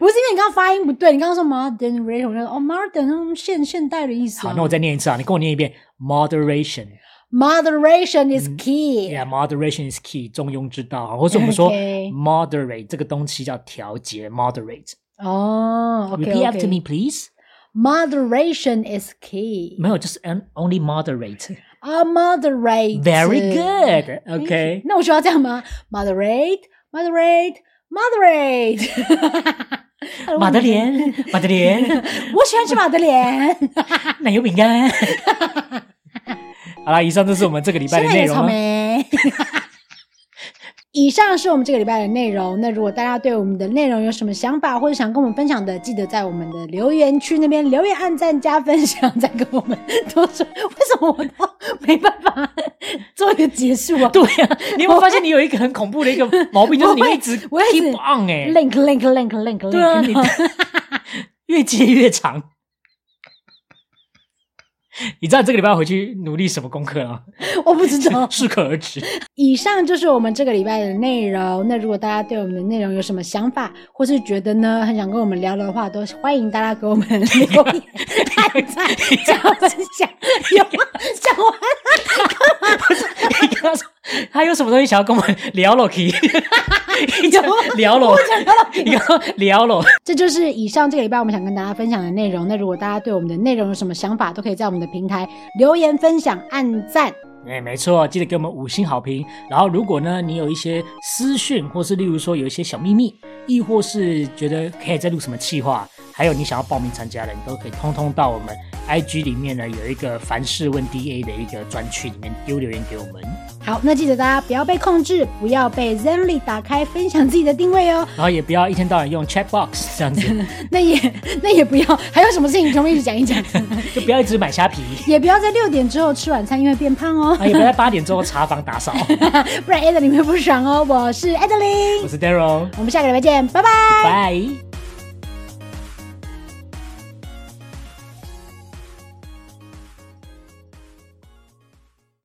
Speaker 1: 不是因为你刚刚发音不对，你刚刚说 modern radio，我就说哦 modern 嗯现现代的意思啊。
Speaker 2: 好，那我再念一次啊，你跟我念一遍，moderation。
Speaker 1: moderation is
Speaker 2: 嗯
Speaker 1: key，
Speaker 2: Yeah, moderation is key，中庸之道啊，或者我们说
Speaker 1: Okay
Speaker 2: moderate 这个东西叫调节，moderate。
Speaker 1: 哦
Speaker 2: Repeat
Speaker 1: ，OK
Speaker 2: after me,
Speaker 1: OK。
Speaker 2: please。
Speaker 1: Moderation is key.
Speaker 2: 没有，就是 an- only moderate。
Speaker 1: 啊 moderate.
Speaker 2: Very good. OK，
Speaker 1: 那我需要这样吗？Moderate, moderate, moderate 。
Speaker 2: 马德莲，马德莲，
Speaker 1: 我喜欢吃马德 莲。
Speaker 2: 奶油饼干。 好啦，以上就是我们这个礼
Speaker 1: 现
Speaker 2: 拜的
Speaker 1: 在
Speaker 2: 内
Speaker 1: 有
Speaker 2: 容
Speaker 1: 草
Speaker 2: 了。
Speaker 1: 莓。 以上是我们这个礼拜的内容。那如果大家对我们的内容有什么想法，或者想跟我们分享的，记得在我们的留言区那边留言、按赞、加分享，再跟我们多说。 为什么我都没办法做一个结束啊？
Speaker 2: 对呀、 你有没有发现你有一个很恐怖的一个毛病，就是你
Speaker 1: 我会
Speaker 2: 会一直
Speaker 1: 我会一直哦
Speaker 2: keep on 哎、
Speaker 1: ，link link link link link，
Speaker 2: 对啊，你 越接越长。你知道这个礼拜要回去努力什么功课了
Speaker 1: 我不知道
Speaker 2: 吗？。适可而止。
Speaker 1: 以上就是我们这个礼拜的内容。那如果大家对我们的内容有什么想法，或是觉得呢很想跟我们聊的话，都欢迎大家给我们留言、按赞、加分享。有吗？讲完
Speaker 2: 你跟他说他有什么东西想要跟我们聊了？可以， 你讲聊了，你 跟他说聊了。
Speaker 1: 这就是以上这个礼拜我们想跟大家分享的内容。那如果大家对我们的内容有什么想法，都可以在我们的平台留言分享、按赞。
Speaker 2: 哎，没错，记得给我们五星好评。然后，如果呢，你有一些私讯，或是例如说有一些小秘密，亦或是觉得可以再录什么企划，还有你想要报名参加的，你都可以通通到我们 IG 里面呢有一个凡事问 DA 的一个专区里面丢留言给我们。
Speaker 1: 好，那记得大家不要被控制，不要被 Zenly 打开分享自己的定位哦。
Speaker 2: 然后也不要一天到晚用 Chatbox 这样子，
Speaker 1: 那也 那也不要，还有什么事情全部一起讲一讲。
Speaker 2: 就不要一直买虾皮，
Speaker 1: 也不要在六点之后吃晚餐，因为变胖哦
Speaker 2: 啊，，也不要在八点之后查房打扫。
Speaker 1: 不然 Adeline 会不爽哦。我是 Adeline，
Speaker 2: 我是 Daryl，
Speaker 1: 我们下个礼拜见，拜拜。
Speaker 2: 拜。